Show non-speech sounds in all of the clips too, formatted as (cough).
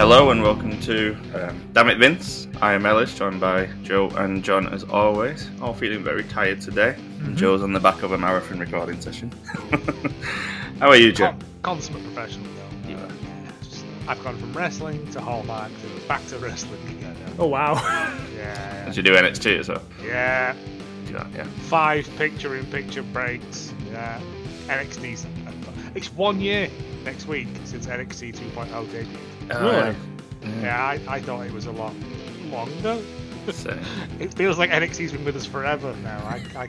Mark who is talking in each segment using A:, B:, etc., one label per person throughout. A: Hello and welcome to uh, Damn It Vince. I am Ellis, joined by Joe and John as always. All feeling very tired today.
B: Mm-hmm.
A: Joe's on the back of a marathon recording session. (laughs) How are you, Joe?
B: Con- consummate professional. Though.
A: Yeah.
B: Uh, just- I've gone from wrestling to Hallmark to back to wrestling (laughs) again.
C: Oh wow. (laughs)
B: Yeah,
A: Did you do NXT as well?
B: yeah.
A: Yeah, yeah.
B: Five picture-in-picture breaks. Yeah, NXT's. It's one year next week since NXT 2.0 debuted.
C: Really?
B: oh Yeah, I, I thought it was a lot longer.
A: So,
B: It feels like NXT's been with us forever now. I, I,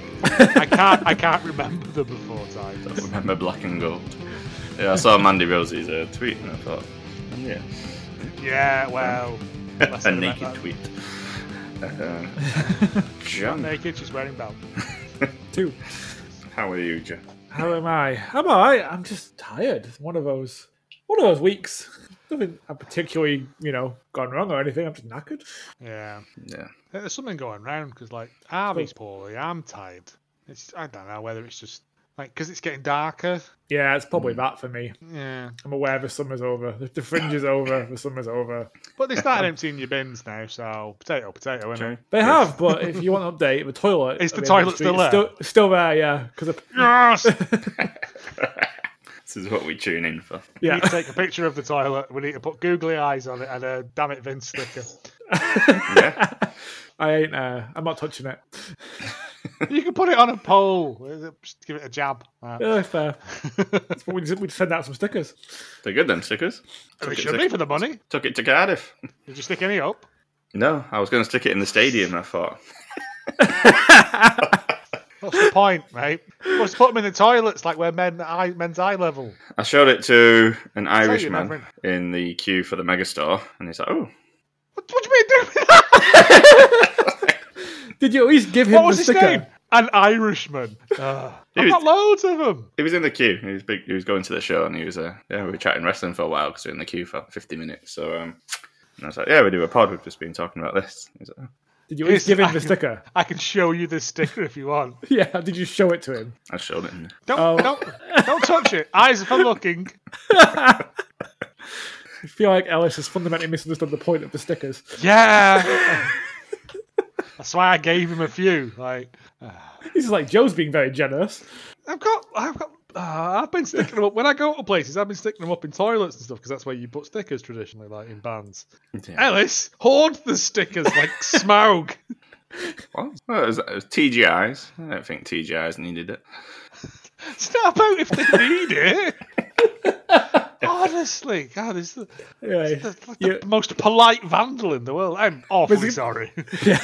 B: I can't I can't remember the before
A: I
B: times.
A: remember Black and Gold. Yeah, I saw Mandy Rosie's uh, tweet and I thought, oh, yeah,
B: Yeah, well,
A: (laughs)
B: let's
A: a
B: not let
A: naked
B: that- (laughs)
A: tweet. Uh,
B: Not
A: John,
B: naked. She's wearing belt.
C: Two.
A: how are you, Joe?
C: How am I? I'm alright. I'm just tired. It's one of those one of those weeks. Nothing particularly, you know, gone wrong or anything. I'm just knackered.
B: Yeah.
A: Yeah.
B: There's something going round because like Arby's poorly, I'm tired. It's I don't know whether it's just like because it's getting darker.
C: Yeah, it's
B: Mm.
C: probably that for me.
B: Yeah,
C: I'm aware the summer's over. The, the
B: (laughs)
C: fringe is over. The summer's over.
B: but they started emptying your bins now, so potato, potato, isn't it?
C: They have, but if you want an update, the toilet
B: Is the
C: at end
B: toilet
C: of street
B: still
C: is Still, still there, yeah. Because
B: Yes. we
A: (laughs) this is what we tune in for.
C: yeah,
B: need to take a picture of the toilet. We need to put googly eyes on it and a damn it Vince sticker.
C: (laughs) I ain't. Uh, I'm not touching it.
B: you can put it on a pole. Just give it a jab. (laughs) Right.
C: Yeah, fair. That's what we just, we'd send out some stickers.
A: They're good, them stickers.
B: And
A: Took
B: it
A: it
B: should
A: to-
B: be for the money.
A: Took it to Cardiff.
B: Did you stick any up?
A: No, I was going to stick it in the stadium. I thought
B: What's the point, mate? Must put them in the toilets, like where men eye, men's eye level.
A: I showed it to an
B: you,
A: Irishman
B: Reverend.
A: in the queue for the megastore, and he's like, "Oh,
B: What, what do you mean doing that?
C: Did you at least give him
B: What
C: the
B: was his
C: sticker?
B: name? An
C: (laughs)
B: Irishman. Uh, I've got loads of them.
A: he was in the queue. He was big. He was going to the show, and he was uh, yeah, we were chatting wrestling for a while because we were in the queue for fifty minutes. So um, and I was like, "Yeah, we do a pod. We've just been talking about this." He's like, "Oh."
C: Did you at least
B: Yes,
C: give him the
B: (laughs) I-
C: sticker?
B: I can show you this sticker if you want.
C: (laughs) Yeah, did you show it to him?
A: I showed it.
B: Don't
C: Oh.
B: don't don't touch it. Eyes for looking.
C: I feel like Ellis has fundamentally misunderstood the point of the stickers.
B: Yeah. That's why I gave him a few. Like
C: This is like Joe's being very generous.
B: I've got I've got. Uh, I've been sticking them up when I go to places. I've been sticking them up in toilets and stuff because that's where you put stickers traditionally, like in bands.
A: Yeah.
B: Ellis hoard the stickers
C: (laughs)
B: like Smaug.
A: What? Well, it, was, it was TGI's. I don't think TGI's needed it.
B: It's not about if they need it. Honestly, God, it's the,
C: Anyway,
B: the, (laughs) the
C: Yeah.
B: most polite vandal in the world. I'm awfully
C: it-
B: sorry. (laughs)
C: yeah.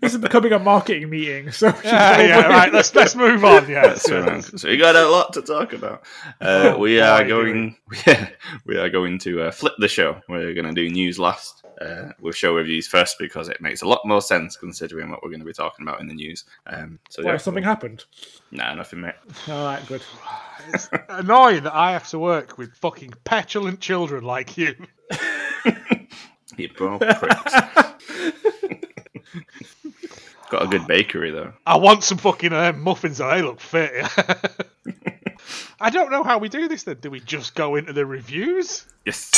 C: this is becoming a marketing meeting, so we should
B: yeah,
C: go
B: yeah,
C: away.
B: right. Let's let's move on. Yes.
A: So, um, so we got a lot to talk about. Uh,
B: Oh,
A: we are
B: boy,
A: going, (laughs) yeah, we are going to uh, flip the show. We're going to do news last. Uh, we'll show reviews first because it makes a lot more sense considering what we're going to be talking about in the news. Um, so
C: Why,
A: yeah,
C: something
A: we'll-
C: happened.
A: Nah, nothing, mate.
C: All right, good.
B: It's annoying that I have to work with fucking petulant children like you.
A: You poor pricks. got a good bakery though.
B: I want some fucking uh, muffins. and They look fit. (laughs) I don't know how we do this. Then do we just go into the reviews?
A: Yes.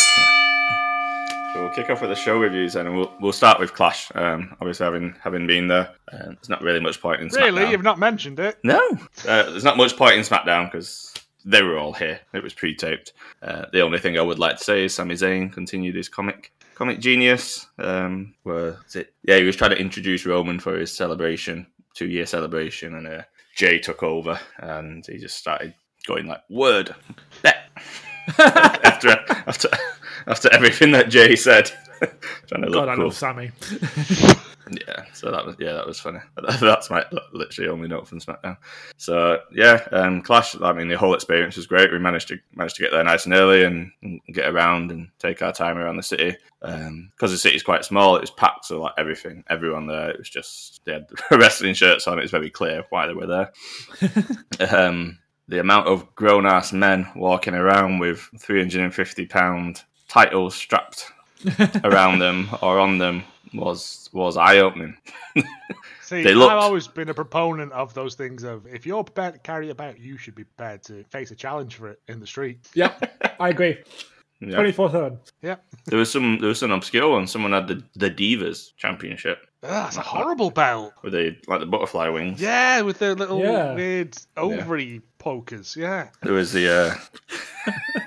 A: So we'll kick off with the show reviews and we'll we'll start with Clash. Um, obviously, having having been there, um, there's not really much point in
B: Really,
A: SmackDown.
B: you've not mentioned it.
A: No, uh, there's not much point in SmackDown because they were all here. It was pre-taped. Uh, the only thing I would like to say is Sami Zayn continued his comic comic genius. Um, where is it? Yeah, he was trying to introduce Roman for his celebration, two year celebration, and uh, Jay took over and he just started going like word bet (laughs) after after after everything that Jay said. (laughs) trying to look
C: God, I
A: cool.
C: love Sammy.
A: Yeah, so that was yeah, that was funny. (laughs) That's my literally only note from SmackDown. So yeah, um, Clash. I mean, the whole experience was great. We managed to managed to get there nice and early and, and get around and take our time around the city because the city's quite small. It was packed, so like everything, everyone there. It was just they had (laughs) wrestling shirts on. It was very clear why they were there. um, the amount of grown ass men walking around with three hundred and fifty pound titles strapped around them or on them was was eye opening.
B: See,
A: They looked-
B: I've always been a proponent of those things. Of if you're prepared to carry it about, you should be
C: (laughs)
B: prepared to face a challenge for it in the street.
C: Yep, I agree.
A: Yeah.
C: 24 7.
B: Yeah,
A: There was some there was some obscure one. Someone had the, the Divas Championship
B: Ugh, that's a horrible belt.
A: with the like the butterfly wings.
B: Yeah, with the little
C: Yeah.
B: weird ovary pokers. Yeah.
A: There was the uh,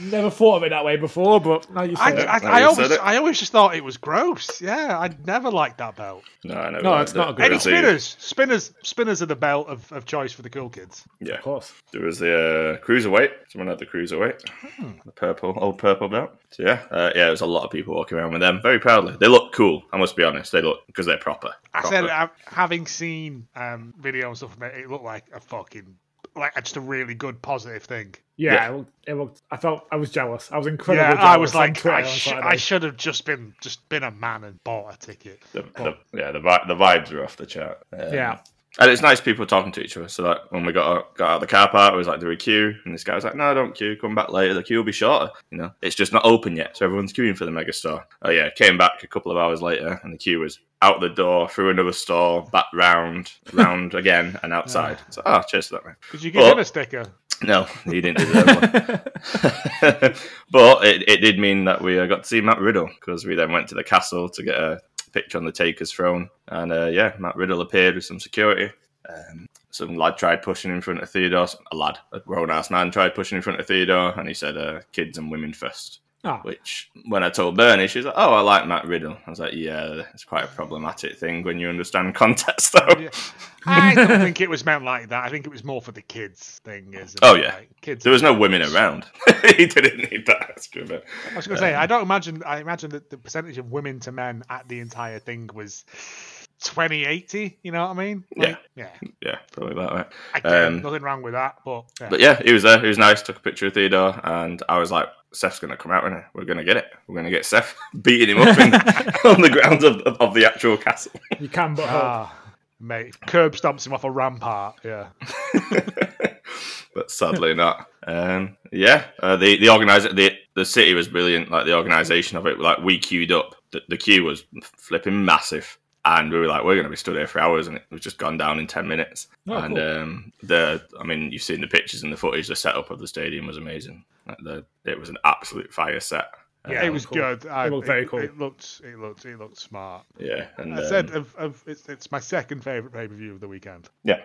C: Never thought of it that way before, but now you
B: I,
C: say it.
B: I,
A: Now
B: I
A: you said
B: always
A: it.
B: I always just thought it was gross. Yeah, I never liked that belt.
A: no, I never
C: No,
A: liked
C: it's not
A: it.
C: good.
A: There
C: Any
B: Any
A: was the-
B: spinners, spinners, spinners are the belt of, of choice for the cool kids.
A: Yeah,
C: Of course.
A: there was the uh, cruiserweight. Someone had the cruiserweight,
C: Hmm.
A: the purple old purple belt. So yeah, uh, yeah, there was a lot of people walking around with them very proudly. They look cool. I must be honest, they look because they're proper.
B: I
A: proper.
B: said, I, having seen um, video and stuff from it, it looked like a fucking like just a really good positive thing.
C: Yeah,
A: Yeah.
C: It, looked, it looked. I felt I was jealous. I was incredibly.
B: Yeah,
C: jealous
B: I was
C: on
B: like,
C: Twitter
B: I,
C: on
B: sh-
C: Saturday.
B: I should have just been just been a man and bought a ticket.
A: The, the, yeah, the, vi- the vibes are off the chart. Um,
C: yeah,
A: And it's nice people talking to each other. So like when we got out, got out of the car park, it was like, do we queue? And this guy was like, no, don't queue. Come back later. The queue will be shorter. You know, it's just not open yet. So everyone's queuing for the mega store. Oh yeah, came back a couple of hours later, and the queue was out the door, through another store, back round, round (laughs) again, and outside. So oh, cheers to that man.
B: Did you give
A: Well-
B: him a sticker?
A: No, he didn't deserve one. but it, it did mean that we uh, got to see Matt Riddle because we then went to the castle to get a picture on the Taker's throne. And uh, yeah, Matt Riddle appeared with some security. Um, some lad tried pushing in front of Theodore. A lad, a grown ass man, tried pushing in front of Theodore, and he said, uh, "Kids and women first.
C: Ah.
A: Which, when I told Bernie, she was like, "Oh, I like Matt Riddle." I was like, "Yeah, it's quite a problematic thing when you understand context, though."
B: Yeah. (laughs) I don't think it was meant like that. I think it was more for the kids thing. Is
A: Oh, yeah.
B: like, kids.
A: There was no women around. (laughs) he didn't need that extra bit.
B: I was going to say, I don't imagine. I imagine that the percentage of women to men at the entire thing was 2080. You know what I mean? yeah.
A: Yeah, probably about right.
B: I get it,
A: Um,
B: nothing wrong with that, but, yeah.
A: But yeah, he was there. He was nice. Took a picture of Theodore, and I was like, "Seth's gonna come out, isn't he? We're gonna get it. We're gonna get Seth (laughs) beating him up in, on the grounds of, of the actual castle."
C: you can, but hope.
B: Ah, mate, curb stomps him off a rampart. Yeah,
A: (laughs) but sadly not. Um, yeah, uh, the the organizer the the city was brilliant. Like the organization of it, like we queued up. The, the queue was flipping massive, and we were like, we're going to be stood here for hours, and it was just gone down in ten minutes.
C: Oh,
A: and
C: cool.
A: um, the I mean, you've seen the pictures and the footage. The setup of the stadium was amazing. Like the, it was an absolute fire set. Um,
C: Yeah,
B: it was
C: cool.
B: good. I,
C: It looked very cool.
B: It looked, it looked, it looked smart.
A: Yeah, and
B: I
A: um,
B: said, of, of, it's, it's my second favorite pay per view of the weekend.
A: Yeah.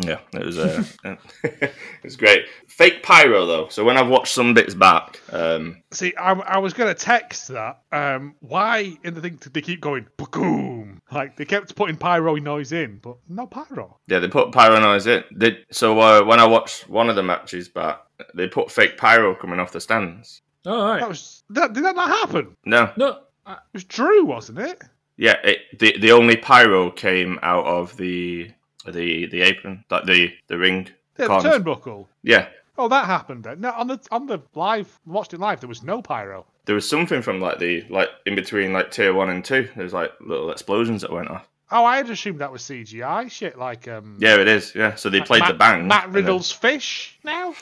A: Yeah, it was uh, (laughs) it was great. Fake pyro though. So when I've watched some bits back, um,
B: See, I, I was going to text that. Um, why in the thing did they keep going boom? Like they kept putting pyro noise in, but no pyro.
A: yeah, they put pyro noise in. They, so uh, when I watched one of the matches back, they put fake pyro coming off the stands.
C: All right.
B: That was that, did that not happen? It
A: No,
C: No, I,
B: was Drew, wasn't it?
A: yeah, it, the the only pyro came out of the the the apron, like the the ring.
B: Yeah, the
A: corners.
B: turnbuckle.
A: Yeah,
B: Oh, that happened then. No, on the on the live watched it live. There was no pyro.
A: there was something from like the like in between like tier one and two. There was like little explosions that went off.
B: Oh, I had assumed that was CGI shit. Like um,
A: Yeah, it is. Yeah, so they played
B: Matt,
A: the bang.
B: Matt
A: and then-
B: Riddle's fish
A: (laughs)
B: now.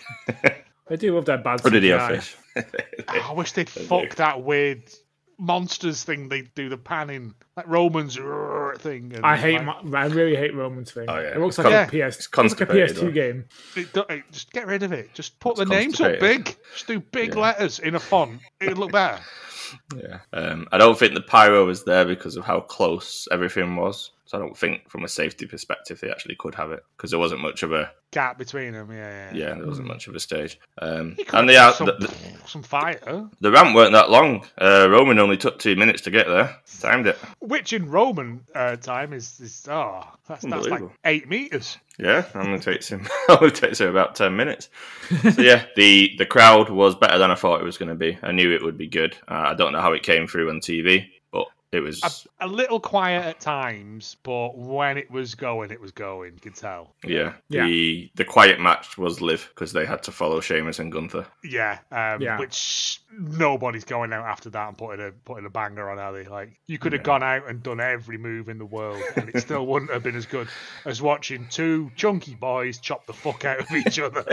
C: I do love that bad.
A: Or did he have
C: CGI.
A: fish? (laughs)
B: Oh, I wish they'd fuck that weird monsters thing. They do the panning like Romans (laughs) "Rrrr" thing. and,
C: I hate.
B: like,
C: My, I really hate Roman's thing.
A: Oh, yeah.
C: It looks
A: It's
C: like
B: con-
C: a
A: It's
C: PS. It's like a
A: constipated,
C: PS2
A: though.
C: game.
B: It do- it- just get rid of it. Just put the
A: It's
B: names up
A: constipated.
B: big. Just do big
A: Yeah.
B: letters in a font. It'd look better.
A: Yeah. Um, I don't think the pyro was there because of how close everything was. So I don't think, from a safety perspective, they actually could have it because there wasn't much of a
B: Gap between them. Yeah. Yeah.
A: yeah, there wasn't much of a stage. Um,
B: You could
A: and
B: have
A: the,
B: done
A: out-
B: some,
A: the, the
B: some fire,
A: the ramp weren't that long. Uh, Roman only took two minutes to get there. Timed it.
B: which in Roman uh, time is is oh that's, that's like
A: Unbelievable.
B: eight meters.
A: Yeah, (laughs) I'm gonna take him. I'll take him about ten (laughs) minutes. So yeah, the the crowd was better than I thought it was going to be. I knew it would be good. Uh, I don't know how it came through on TV, but it was.
B: a, a little quiet at times, but when it was going, it was going. You could tell.
A: Yeah.
C: Yeah.
A: The the quiet match was live because they had to follow Sheamus and Gunther.
B: Yeah, um,
C: Yeah.
B: Which nobody's going out after that and putting a putting a banger on, are they? Like you could have
A: Yeah.
B: gone out and done every move in the world, and it still wouldn't have been as good as watching two chunky boys chop the fuck out of
A: (laughs)
B: each other.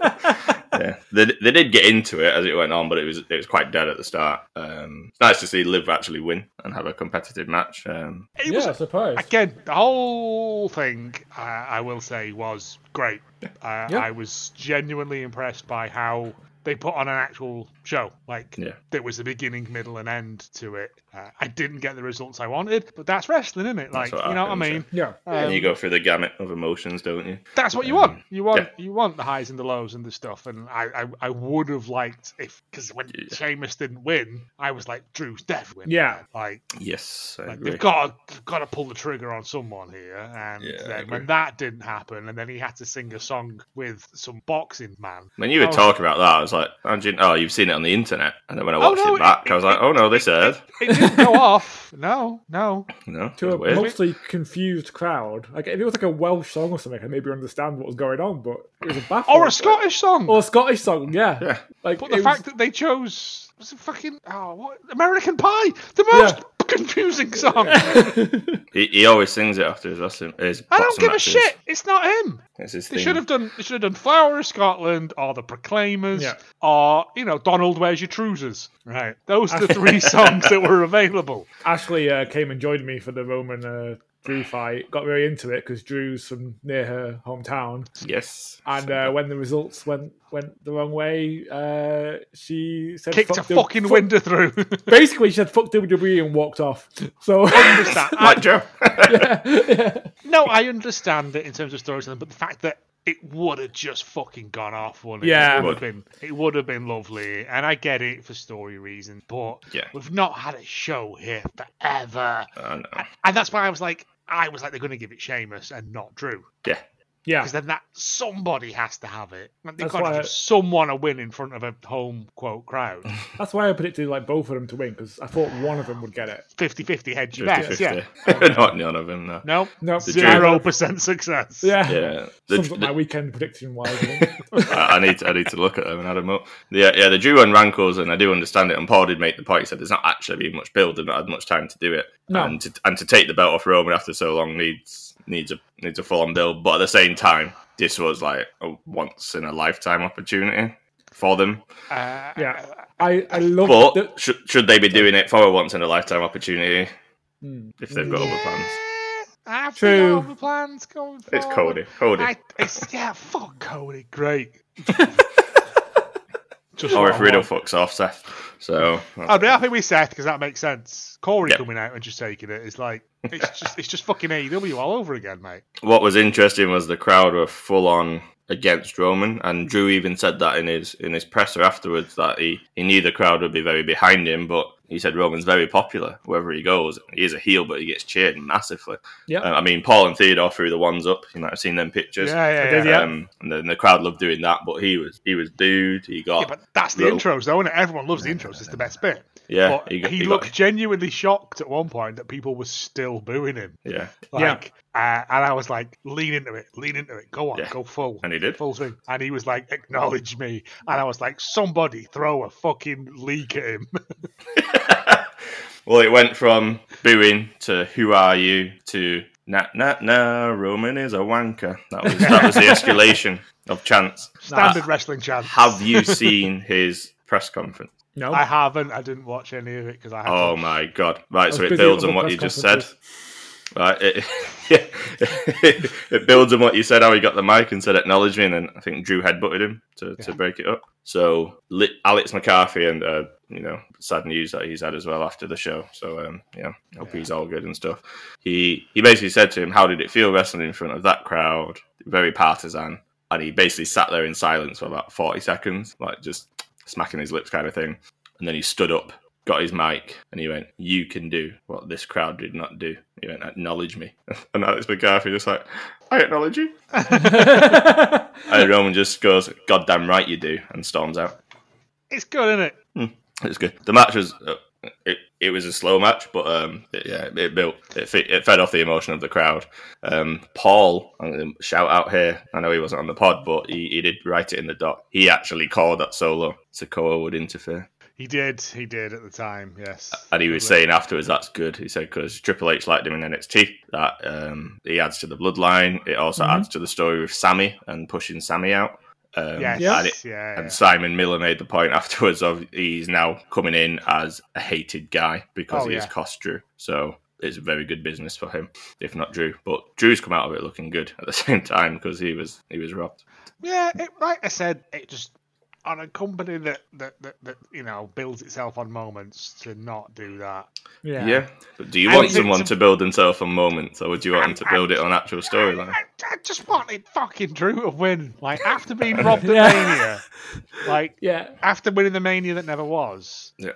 A: yeah. They, they did get into it as it went on, but it was it was quite dead at the start. Um, it's nice to see Liv actually win and have a competitive match. Um,
B: It
C: Yeah,
B: was
C: surprise.
B: Again, the whole thing, uh, I will say, was great. Uh,
C: Yeah.
B: I was genuinely impressed by how they put on an actual show. Like
A: Yeah.
B: there was a beginning, middle, and end to it. Uh, I didn't get the results I wanted, but that's wrestling, isn't it? Like
A: what
B: you know what I
A: happens, yeah.
B: mean?
C: Yeah.
A: and you
B: Um,
A: go through the gamut of emotions, don't you?
B: that's what you
A: Um,
B: want. You want
A: yeah.
B: you want the highs and the lows and the stuff. And I I, I would have liked if because when
A: Yeah.
B: Sheamus didn't win, I was like Drew's dead win.
C: Yeah.
B: like
A: Yes, I
B: like
A: agree.
B: they've got to, they've got to pull the trigger on someone here, and
A: Yeah, I
B: then
A: agree.
B: when that didn't happen, and then he had to sing a song with some boxing man.
A: when you were
B: Oh.
A: talking about that, I was like, "Oh, do you- "Oh, you've seen it on the internet." And then when I
B: Oh,
A: watched
B: no,
A: it back, I was like, "Oh no, this aired."
B: It didn't
A: (laughs)
B: go off. No, no.
A: No,
C: To a
A: weird.
C: mostly confused crowd. Like if it was like a Welsh song or something, I maybe understand what was going on, but it was a baffle.
B: Or a Scottish song.
C: or a Scottish song, yeah.
A: yeah,
C: Like
B: but the
C: it
B: fact
C: was,
B: that they chose was it fucking oh what American Pie, the most (laughs)
A: (laughs)
B: confusing song.
A: he, he always sings it after his wrestling. His
B: I don't
A: boxing
B: give a
A: matches.
B: shit. It's not him.
A: It's his
B: They
A: theme.
B: should have done. They should have done Flower of Scotland or the Proclaimers
C: Yeah.
B: or you know Donald Where's Your Trousers. Right, those
C: (laughs)
B: are the three songs that were available.
C: (laughs) Ashley uh, came and joined me for the Roman uh, Drew fight. Got very into it because Drew's from near her hometown.
A: Yes,
C: And uh, when the results went went the wrong way, uh, she said
B: Kicked
C: "Fuck
B: a
C: the-
B: fucking
C: fuck-"
B: window through. (laughs)
C: Basically, she said "fuck WWE" and walked off. So (laughs)
B: Understand-
A: (laughs)
B: I-
A: like Joe. (laughs)
B: no, I understand it in terms of storytelling, but the fact that it would have just fucking gone off, wouldn't it?
C: Yeah.
B: it would have been. It would have been lovely, and I get it for story reasons, but
A: Yeah.
B: we've not had a show here forever,
A: I know.
B: and that's why I was like, I was like, they're going to give it Sheamus and not Drew.
A: Yeah,
C: yeah,
B: because then that somebody has to have it. Like, they've
C: That's
B: got to
C: why
B: give
C: I-
B: someone a win in front of a home quote
A: (laughs)
B: crowd.
C: that's why I predicted like both of them to win because I thought one of them would get it.
B: 50-50 hedge
A: 50
B: bets. Yeah.
A: (laughs) Not none of them. No.
B: No.
C: No,
A: The
C: yeah,
B: Zero percent success.
C: yeah.
A: Yeah, the,
C: Sums up my weekend prediction wise.
B: (laughs)
A: I I need to, I need to look at them and add them up. Yeah, yeah, the Drew one rankles, and I do understand it. And Paul did make the point. He said there's not actually been much build, they've not had much time to do it,
C: No.
A: and to, and to take the belt off Roman after so long needs needs a needs a full on build. But at the same time, this was like a once in a lifetime opportunity for them.
B: Uh,
C: Yeah. I I love
A: But
C: that.
A: should should they be doing it for a once in a lifetime opportunity
C: Hmm.
A: if they've got other plans?
B: I have
C: True.
B: Other plans going forward.
A: It's Cody. Cody.
B: Oh, I, it's, yeah, fuck Cody.
A: (laughs)
B: Great. Just Oh,
A: or
B: what
A: if
B: I
A: Riddle
B: want.
A: fucks off Seth. So
B: I'd be happy with Seth because that makes sense. Corey
A: Yeah.
B: coming out and just taking it is like it's just it's just fucking AEW all over again, mate.
A: what was interesting was the crowd were full on against Roman, and Drew even said that in his in his presser afterwards that he, he knew the crowd would be very behind him, but he said Roman's very popular wherever he goes. He is a heel, but he gets cheered massively.
C: Yep.
A: Um, I mean, Paul and Theodore threw the ones up. You might have seen them
B: Yeah,
A: pictures.
B: yeah, yeah.
C: did, yeah.
A: Um, and then the crowd loved doing that, but he was he was booed. He got
B: Yeah, but that's the
A: Little-
B: intros, though, and everyone loves the intros. It's the best bit.
A: yeah,
B: but he,
A: got- got-
B: looked genuinely shocked at one point that people were still booing him.
A: yeah,
C: Yeah.
B: Like, yeah. uh, and I was like, lean into it, lean into it, go on,
A: Yeah.
B: go full,
A: and he did.
B: full swing. And he was like, acknowledge me. And I was like, somebody throw a fucking leak at him. (laughs)
A: well, it went from booing to "Who are you?" to "Na na na." Roman is a wanker. That was that was the escalation of chants. Uh,
B: Standard wrestling chance.
A: Have you seen his press conference?
C: No,
B: I haven't. I didn't watch any of it because I had
A: Oh
B: to.
A: my god! Right, so
C: I was
A: it
C: busy
A: builds
C: at
A: on
C: other
A: what you
C: press
A: just said.
C: conferences.
A: Right, it, (laughs) yeah, it builds on what you said. How he got the mic and said "Acknowledge me," and then I think Drew headbutted him to, to
B: Yeah.
A: break it up. So li- Alex McCarthy and uh, you know sad news that he's had as well after the show. So um, yeah, hope
B: Yeah.
A: he's all good and stuff. He he basically said to him, "How did it feel wrestling in front of that crowd? Very partisan." And he basically sat there in silence for about forty seconds, like just smacking his lips, kind of thing. And then he stood up, got his mic, and he went, "You can do what this crowd did not do." He went, "Acknowledge me." (laughs) And Alex McCarthy just like, "I acknowledge you." And Roman just goes, "God damn right you do," and storms out.
B: It's good, isn't it?
A: It's good. The match was. Uh, it, it was a slow match, but um, it, yeah, it built. It, fe- it fed off the emotion of the crowd. Um, Paul, I'm gonna shout out here. I know he wasn't on the pod, but he, he did write it in the doc. He actually called that solo. Sokoa would interfere.
B: He did. He did at the time, yes.
A: And he was
B: Lovely.
A: saying afterwards, that's good. He said because Triple H liked him in NXT. That um, he adds to the bloodline. It also
B: Mm-hmm.
C: Mhm.
A: adds to the story with Sammy and pushing Sammy out. Um,
B: Yes,
C: Yeah.
A: And, it-
B: yeah,
A: and
B: yeah.
A: Simon Miller made the point (laughs) afterwards of he's now coming in as a hated guy because
B: Oh,
A: he has
B: yeah.
A: cost Drew. So it's very good business for him, if not Drew. But Drew's come out of it (laughs) looking good at the same time because he was he was robbed.
B: Yeah, it, like I said, it just on a company that, that, that, that you know builds itself on moments to not do that.
A: Yeah.
C: (laughs) Yeah.
A: But do you
B: I
A: want
B: think
A: someone
B: it's
A: to build themselves on moments, or would you want them to build it on actual storyline?
B: I, I just wanted fucking Drew to win. Like
C: (laughs)
B: after being robbed of
C: Yeah.
B: Mania, like
C: Yeah.
B: after winning the Mania that never was.
A: Yeah.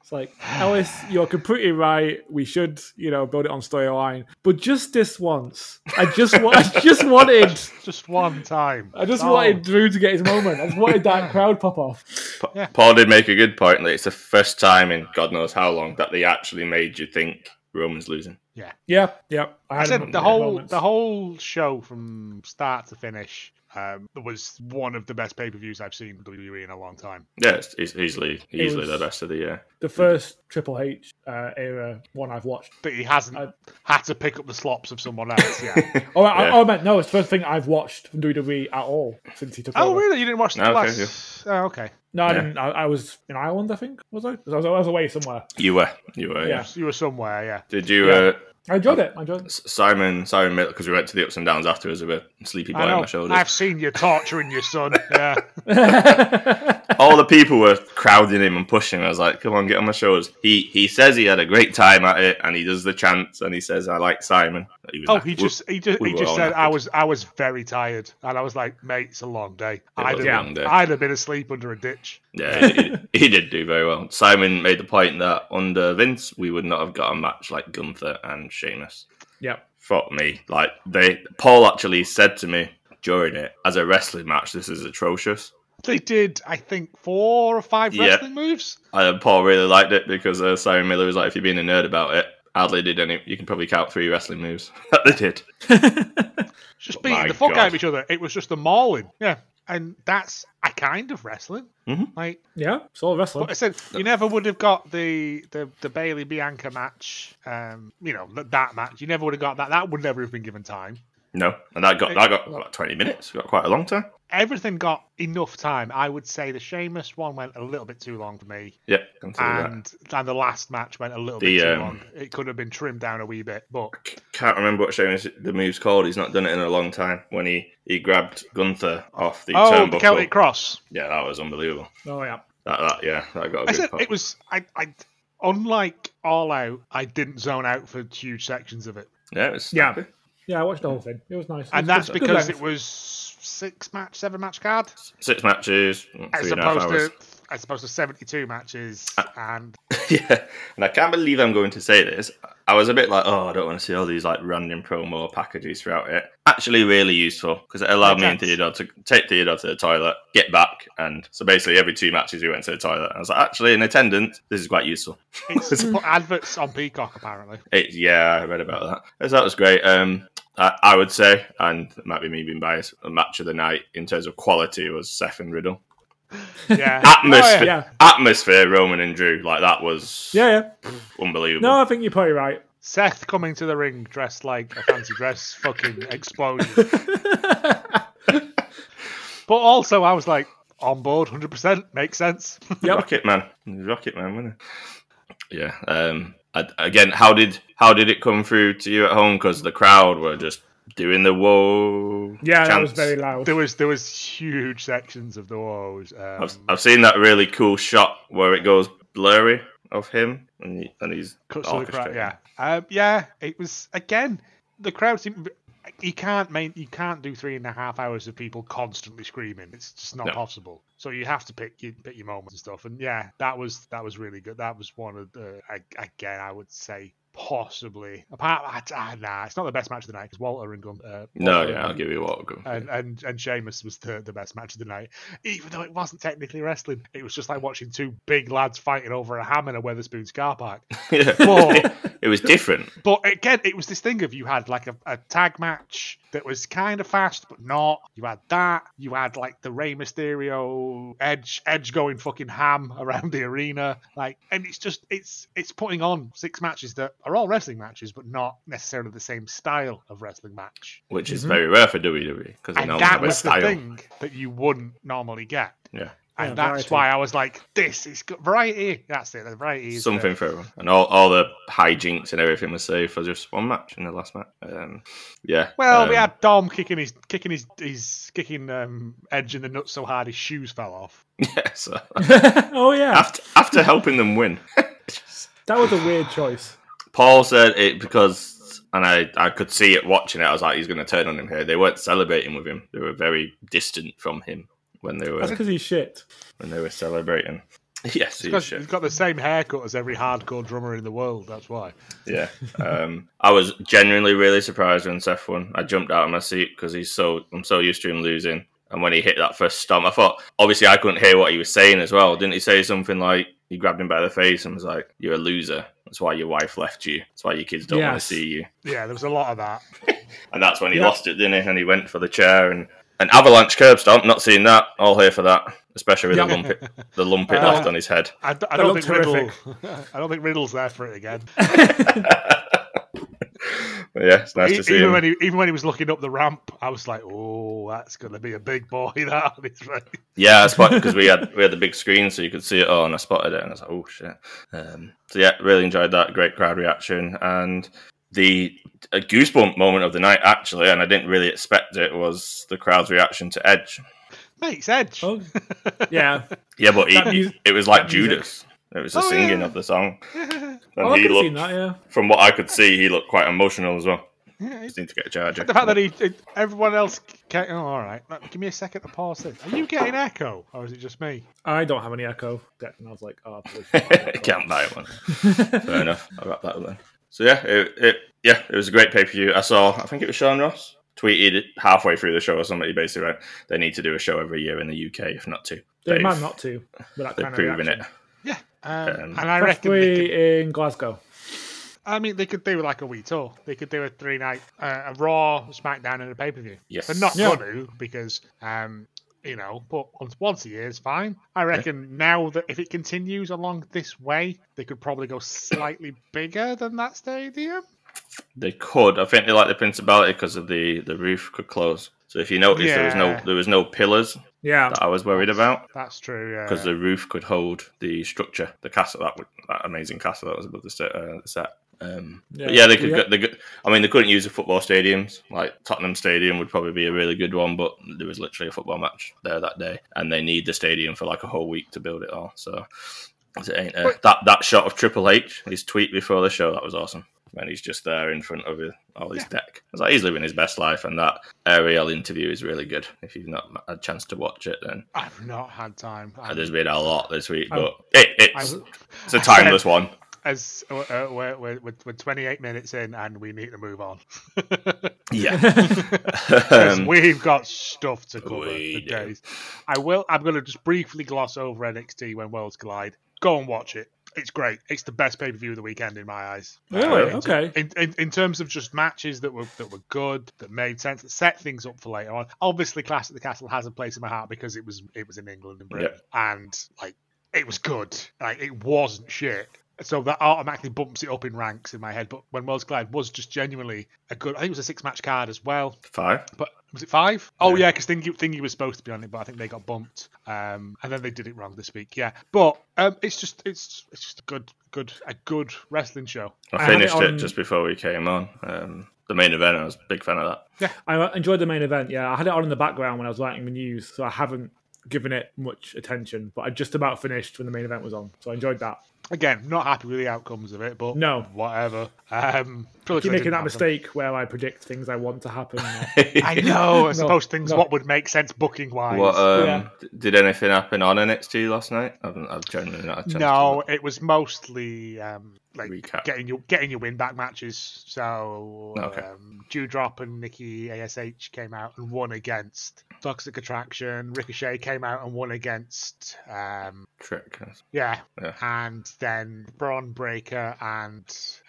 C: It's like, Ellis, you're completely right. We should, you know, build it on storyline. But just this once. I
A: (laughs)
C: just wa- I just wanted
B: Just one time. Oh.
C: I just
B: No.
C: wanted Drew to get his moment. I just wanted
B: (laughs)
C: that crowd pop off.
A: Pa-
B: Yeah.
A: Paul did make a good point that it's the first time in God knows how long that they actually made you think Roman's losing.
C: Yeah, yeah.
B: I
C: had
B: said
C: one
B: the
C: of those
B: whole
C: moments.
B: the whole show from start to finish um, was one of the best pay per views I've seen WWE in a long time.
A: Yeah, it's, it's easily easily
C: was-
A: the best of the year.
C: the first Triple H uh, era one I've watched.
B: That he hasn't
C: I-
B: had to pick up the slops of someone else. Yeah.
C: Oh, I,
A: Yeah.
C: oh man, no, it's the first thing I've watched from WWE at all since he took
B: oh
C: over.
B: really? You didn't watch the
A: No, okay,
B: last? Oh, okay.
C: No, I
A: Yeah.
C: didn't. I, I was in Ireland, I think. Was I? I was, I was away somewhere.
A: You were, you were. Yeah.
C: Yeah.
B: You were somewhere. Yeah.
A: Did you,
C: Yeah.
A: uh,
C: I enjoyed it. I enjoyed it.
A: S- Simon? Simon Miller, because we went to the ups and downs afterwards with a sleepy boy
B: I
A: on
B: know.
A: my shoulder.
B: I've seen you torturing
A: (laughs)
B: your son. Yeah.
A: All the people were crowding him and pushing. him. I was like, "Come on, get on my shoulders." He he says he had a great time at it, and he does the chants, and he says, "I like Simon." He was
B: Oh,
A: like,
B: he
A: "Whoop."
B: just he just
A: we
B: he
A: were
B: just
A: all
B: said I
A: knackered.
B: was I was very tired, and I was like, mate, it's a long day. I'd
A: was
B: have,
A: a long day.
B: I'd have been asleep under a ditch.
A: Yeah, he, he did do very well. Simon made the point that under Vince, we would not have got a match like Gunther and Sheamus.
C: yeah.
A: Fuck me. Like they, Paul actually said to me during it, as a wrestling match, this is atrocious.
B: They did, I think, four or five
A: Yeah.
B: wrestling moves.
A: And Paul really liked it because uh, Simon Miller was like, "If you're being a nerd about it, hardly did any. You can probably count three wrestling moves (laughs) that they did."
B: Just
A: Oh
B: beating
A: my
B: the fuck out of
A: God.
B: each other. It was just a mauling. Yeah. And that's a kind of wrestling.
A: Mhm.
B: Like
C: Yeah. It's all wrestling.
B: but I said, you never would have got the the, the Bailey Bianca match, um, you know, th- that match. You never would have got that. That would never have been given time.
A: No, and that got that got like 20 minutes. Got quite a long time.
B: Everything got enough time. I would say the Sheamus one went a little bit too long for me.
A: Yeah, can see that.
B: and and the last match went a little
A: The,
B: bit too
A: um,
B: long. It could have been trimmed down a wee bit, but
A: C- can't remember what Sheamus the move's called. He's not done it in a long time. When he he grabbed Gunther off the
B: oh,
A: turnbuckle.
B: the Celtic Cross.
A: Yeah, that was unbelievable.
C: oh yeah.
A: That, that yeah, that got a
B: I
A: good
B: said
A: pop.
B: it was. I, I unlike All Out, I didn't zone out for huge sections of it,
A: yeah, it was
C: Yeah.
A: snappy.
C: Yeah, I watched the whole thing. It was nice.
B: and
C: It was
B: that's
C: good- good
B: because
C: length.
B: it was six match, seven match card,
A: six matches, three
B: as
A: and a half
B: opposed
A: hours. (laughs)
B: to as opposed to seventy two matches. And
A: yeah, and I can't believe I'm going to say this. I was a bit like, oh, I don't want to see all these like random promo packages throughout it. Actually, really useful because it allowed me and
B: Makes sense.
A: Theodore to take Theodore to the toilet, get back, and so basically every two matches we went to the toilet. I was like, actually, in attendance, this is quite useful.
B: it's put adverts on Peacock apparently.
A: It, yeah, I read about that. So that was great. Um, I, I would say, and it might be me being biased, a match of the night in terms of quality was Seth and Riddle.
B: Yeah,
A: Atmosphere,
C: Oh, yeah.
A: atmosphere, Roman and Drew, like that was
C: Yeah, yeah.
A: unbelievable.
C: No, I think you're probably right.
B: Seth coming to the ring dressed like a fancy dress fucking explosion. But also, I was like on board, hundred percent makes sense. (laughs)
C: Yep.
A: Rocket Man, Rocket Man, wasn't it? Yeah. Um. I, again, how did how did it come through to you at home? Because the crowd were just doing the whoa.
C: yeah, that was
A: chants.
C: very loud. (laughs)
B: There was there was huge sections of those. Um,
A: I've, I've seen that really cool shot where it goes blurry of him and he, and he's
B: cuts to the crowd.
A: orchestrating.
B: Yeah, um, yeah. It was again the crowd. Seemed, you can't main, you can't do three and a half hours of people constantly screaming. It's just not
A: No.
B: possible. So you have to pick you pick your moments and stuff. And yeah, that was that was really good. That was one of the I- again I would say possibly apart. Ah, nah, it's not the best match of the night because Walter and Gun. Uh,
A: No,
B: Walter
A: yeah,
B: and-
A: I'll give you what. I'll
B: (laughs)
A: go.
B: and and and Sheamus was the, the best match of the night, even though it wasn't technically wrestling. It was just like watching two big lads fighting over a ham in a Weatherspoons car park.
A: (laughs) Yeah, it was di- (laughs) it
B: But
A: was different.
B: but again, it was this thing of you had like a, a tag match that was kind of fast but not. You had that. You had like the Rey Mysterio Edge Edge going fucking ham around the arena. Like, and it's just it's it's putting on six matches that are all wrestling matches but not necessarily the same style of wrestling match.
A: which is
C: Mhm.
A: very rare for E, WWE because they
B: And
A: normally
B: that
A: have a
B: was the
A: style.
B: thing that you wouldn't normally get.
A: Yeah.
B: and
C: Yeah,
B: that's
C: variety.
B: why I was like, "This is good. variety." That's it. The variety is there.
A: Something for everyone, and all, all the hijinks and everything was safe for just one match in the last match. Um, yeah.
B: Well, we
A: um,
B: had Dom kicking his kicking his, his kicking um, Edge in the nuts so hard his shoes fell off.
A: (laughs) Yeah, so (laughs)
C: oh yeah,
A: after after helping them win,
C: that was a weird choice.
A: Paul said it because, and I, I could see it watching it. I was like, he's going to turn on him here. They weren't celebrating with him. They were very distant from him when they
C: That's
A: were
C: because he's shit.
A: when they were celebrating. (laughs) Yes, he is
B: Because
A: shit.
B: he's got the same haircut as every hardcore drummer in the world. That's why.
A: Yeah. Um, I was genuinely really surprised when Seth won. I jumped out of my seat because he's so I'm so used to him losing. And when he hit that first stomp, I thought obviously I couldn't hear what he was saying as well. Didn't he say something like he grabbed him by the face and was like, "You're a loser. That's why your wife left you. That's why your kids don't want to
C: Yes.
A: see you."
B: Yeah, there was a lot of that.
A: And that's when he
C: Yeah.
A: lost it, didn't he? And he went for the chair and an avalanche curb stomp. Not seeing that. All here for that, especially with
C: Yeah.
A: the lump it, the lump
C: (laughs)
A: it
B: Uh,
A: left on his head.
B: I, d- I
C: That
B: don't
C: looked
B: think Riddle. (laughs) I don't think Riddle's there for
A: (laughs)
B: it again.
A: But yeah, it's nice
B: E-
A: to see.
B: even
A: him.
B: when he even when he was looking up the ramp, I was like, "Oh, that's going to be a big boy." (laughs) That on his right.
A: Yeah, I spotted because we had we had the big screen, so you could see it all, and I spotted it, and I was like, "Oh shit!" Um, so yeah, really enjoyed that. Great crowd reaction, and the a goosebump moment of the night actually, and I didn't really expect it was the crowd's reaction to Edge.
B: Mate's Edge. (laughs)
C: Oh yeah,
A: Yeah, but
C: That
A: he,
C: mus-
A: it was like
C: that music.
A: Judas. It was the
B: Oh,
A: singing
B: yeah.
A: of the
C: (laughs)
A: song,
B: Yeah,
A: and
C: (laughs) oh, I
A: he
C: could have seen
A: looked.
C: that. Yeah,
A: From what I could see, he looked quite emotional as well.
B: yeah,
A: Just need to get a charger.
B: (laughs) The fact that he, it- everyone else, ca oh, all right. Let- Give me a second to pause this. Are you getting echo, or is it just me?
C: I don't have any echo. And I was like, oh, please,
B: (laughs)
A: (laughs)
C: (laughs)
A: can't buy one.
B: Uh,
A: Fair enough. I'll wrap that up then. So yeah, it, it yeah, it was a great pay per view. I saw, I think it was Sean Ross tweeted it halfway through the show or somebody basically went, they need to do a show every year in the UK, if not two.
C: They
A: They've,
C: might not to. But that
A: they've
C: kind of
A: proven it.
C: reaction.
B: Yeah, um,
A: Um,
B: and I reckon. They could,
C: Preferably in Glasgow.
B: I mean, they could do like a wee tour. They could do a three night, uh, a Raw, SmackDown, and a pay per view.
A: Yes.
B: They're not
C: Yeah.
B: going to because, um, you know, but once, once a year is fine. I reckon now that if it continues along this way, they could probably go slightly bigger than that stadium.
A: They could. I think they like the principality because of the the roof could close. So if you notice, there was no
B: Yeah.
A: there was no pillars
C: Yeah,
A: that I was worried about
B: That's true. Yeah.
A: because the roof could hold the structure, the castle that would- that amazing castle that was above the sta- uh, the set. Um, But yeah, they could.
C: Yeah.
A: Go, they could. I mean, they couldn't use the football stadiums. Like Tottenham Stadium would probably be a really good one, but there was literally a football match there that day, and they need the stadium for like a whole week to build it all. So it ain't uh,
B: But-
A: that that shot of Triple H, his tweet before the show, that was awesome. When he's just there in front of his- all his deck, it's like he's living his best life, and that Ariel interview is really good. If you've not had a chance to watch it, then
B: I've not had time.
A: uh, there's been a lot this week,
C: Um,
A: but it, it's
B: I've-
A: it's a timeless one.
B: (laughs) as uh, uh, we're, we're, we're we're 28 minutes in and we need to move on (laughs)
A: Yeah,
B: 'Cause
A: Um,
B: we've got stuff to cover
A: we
B: for
A: do.
B: days. I will. I'm going to just briefly gloss over NXT when worlds collide. Go and watch it. It's great. It's the best pay per view of the weekend in my eyes. Um,
C: Really?
A: Uh,
C: okay.
B: In, in, in terms of just matches that were that were good, that made sense, that set things up for later on. Obviously, Clash at the Castle has a place in my heart because it was it was in England and Britain, and like it was good. Like it wasn't shit. So that automatically bumps it up in ranks in my head. But when Worlds Collide was just genuinely a good, I think it was a six match card as well.
A: five.
B: But was it five? Oh
A: Yeah.
B: yeah, because Thingy, Thingy was supposed to be on it, but I think they got bumped. Um, and then they did it wrong this week. Yeah, but um, it's just it's it's just a good good a good wrestling show.
A: I,
C: I have it
A: finished it,
C: on-
A: just before we came on. Um, the main event, I was a big fan of that.
C: (laughs) I enjoyed the main event. Yeah, I had it on in the background when I was writing the news, so I haven't given it much attention. But I just about finished when the main event was on, so I enjoyed that.
B: Again, not happy with the outcomes of it, but
C: No.
B: whatever. Um,
C: Keep making that mistake where I predict things I want
B: (laughs)
C: to happen.
B: I
A: (laughs)
B: know. I
C: (laughs) No,
B: suppose things
C: no.
B: what would make sense booking wise.
A: What, um,
C: Yeah.
A: d- Did anything happen on NXT last night? I've, I've generally not had a chance
B: no, it was mostly um,
A: to
B: like
A: recap. Oh,
B: getting your getting your win back matches. So
A: Okay.
B: um, Dewdrop and Nikki Ash came out and won against Toxic Attraction. Ricochet came out and won against um,
A: Trick.
B: yeah,
A: Yeah.
B: and then Braun Breaker and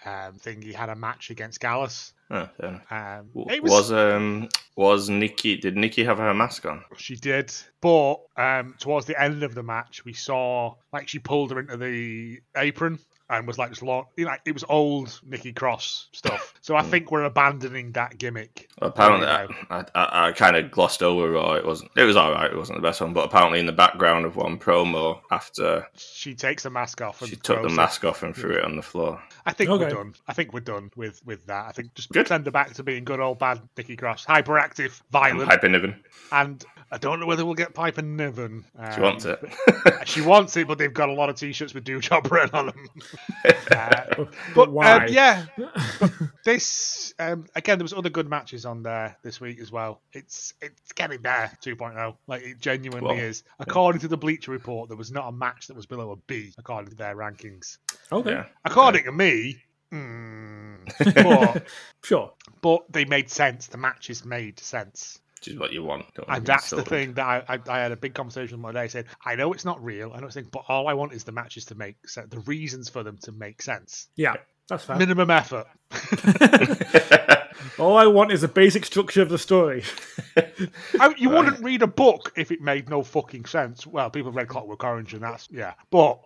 B: um, Thingy had a match against Gallus.
A: Oh, fair enough.
B: Um,
A: W-
B: it
A: Was, um was Nikki? Did Nikki have her mask on?
B: She did, but um, towards the end of the match, we saw like she pulled her into the apron and was like just long. You know, like, it was old Nikki Cross stuff. so I think we're abandoning that gimmick.
A: Hmm. Apparently,
B: I
A: I,
B: don't know.
A: I, I, kind of glossed over Raw. It wasn't. It was all right. It wasn't the best one, but apparently, in the background of one promo, after
B: She takes the mask off. And
A: she took the
B: throws it.
A: mask off and threw it on the floor.
B: I think we're
C: Okay.
B: done. I think we're done with with that. I think just
A: Good.
B: send her back to being good old bad Nikki Cross, hyperactive, violent,
A: Hyper Niven.
B: and I don't know whether we'll get Piper Niven.
A: She
B: Um,
A: wants
B: (laughs)
A: it. (laughs)
B: She wants it, but they've got a lot of t-shirts with "Do Job" written on
A: (laughs)
B: them. Uh,
C: But,
B: but um,
C: why?
B: yeah, this um, again there was other good matches on there this week as well it's it's getting there 2.0 oh. like it genuinely
A: Well,
B: is according to the bleacher report there was not a match that was below a b according to their rankings
C: okay.
A: yeah.
B: according to me mm, but,
C: Sure.
B: but they made sense the matches made sense
A: Which is what you want. Don't want
B: and
A: to be
B: that's the
A: insulted.
B: thing that I, I, I had a big conversation with my day. Said I know it's not real, I know it's thing, but all I want is the matches to make sense, the reasons for them to make sense.
C: Yeah, that's fair.
B: Minimum effort.
C: All I want is a basic structure of the story. (laughs)
B: I, you wouldn't read a book if it made no fucking sense. Well, people read Clockwork Orange, and that's yeah. But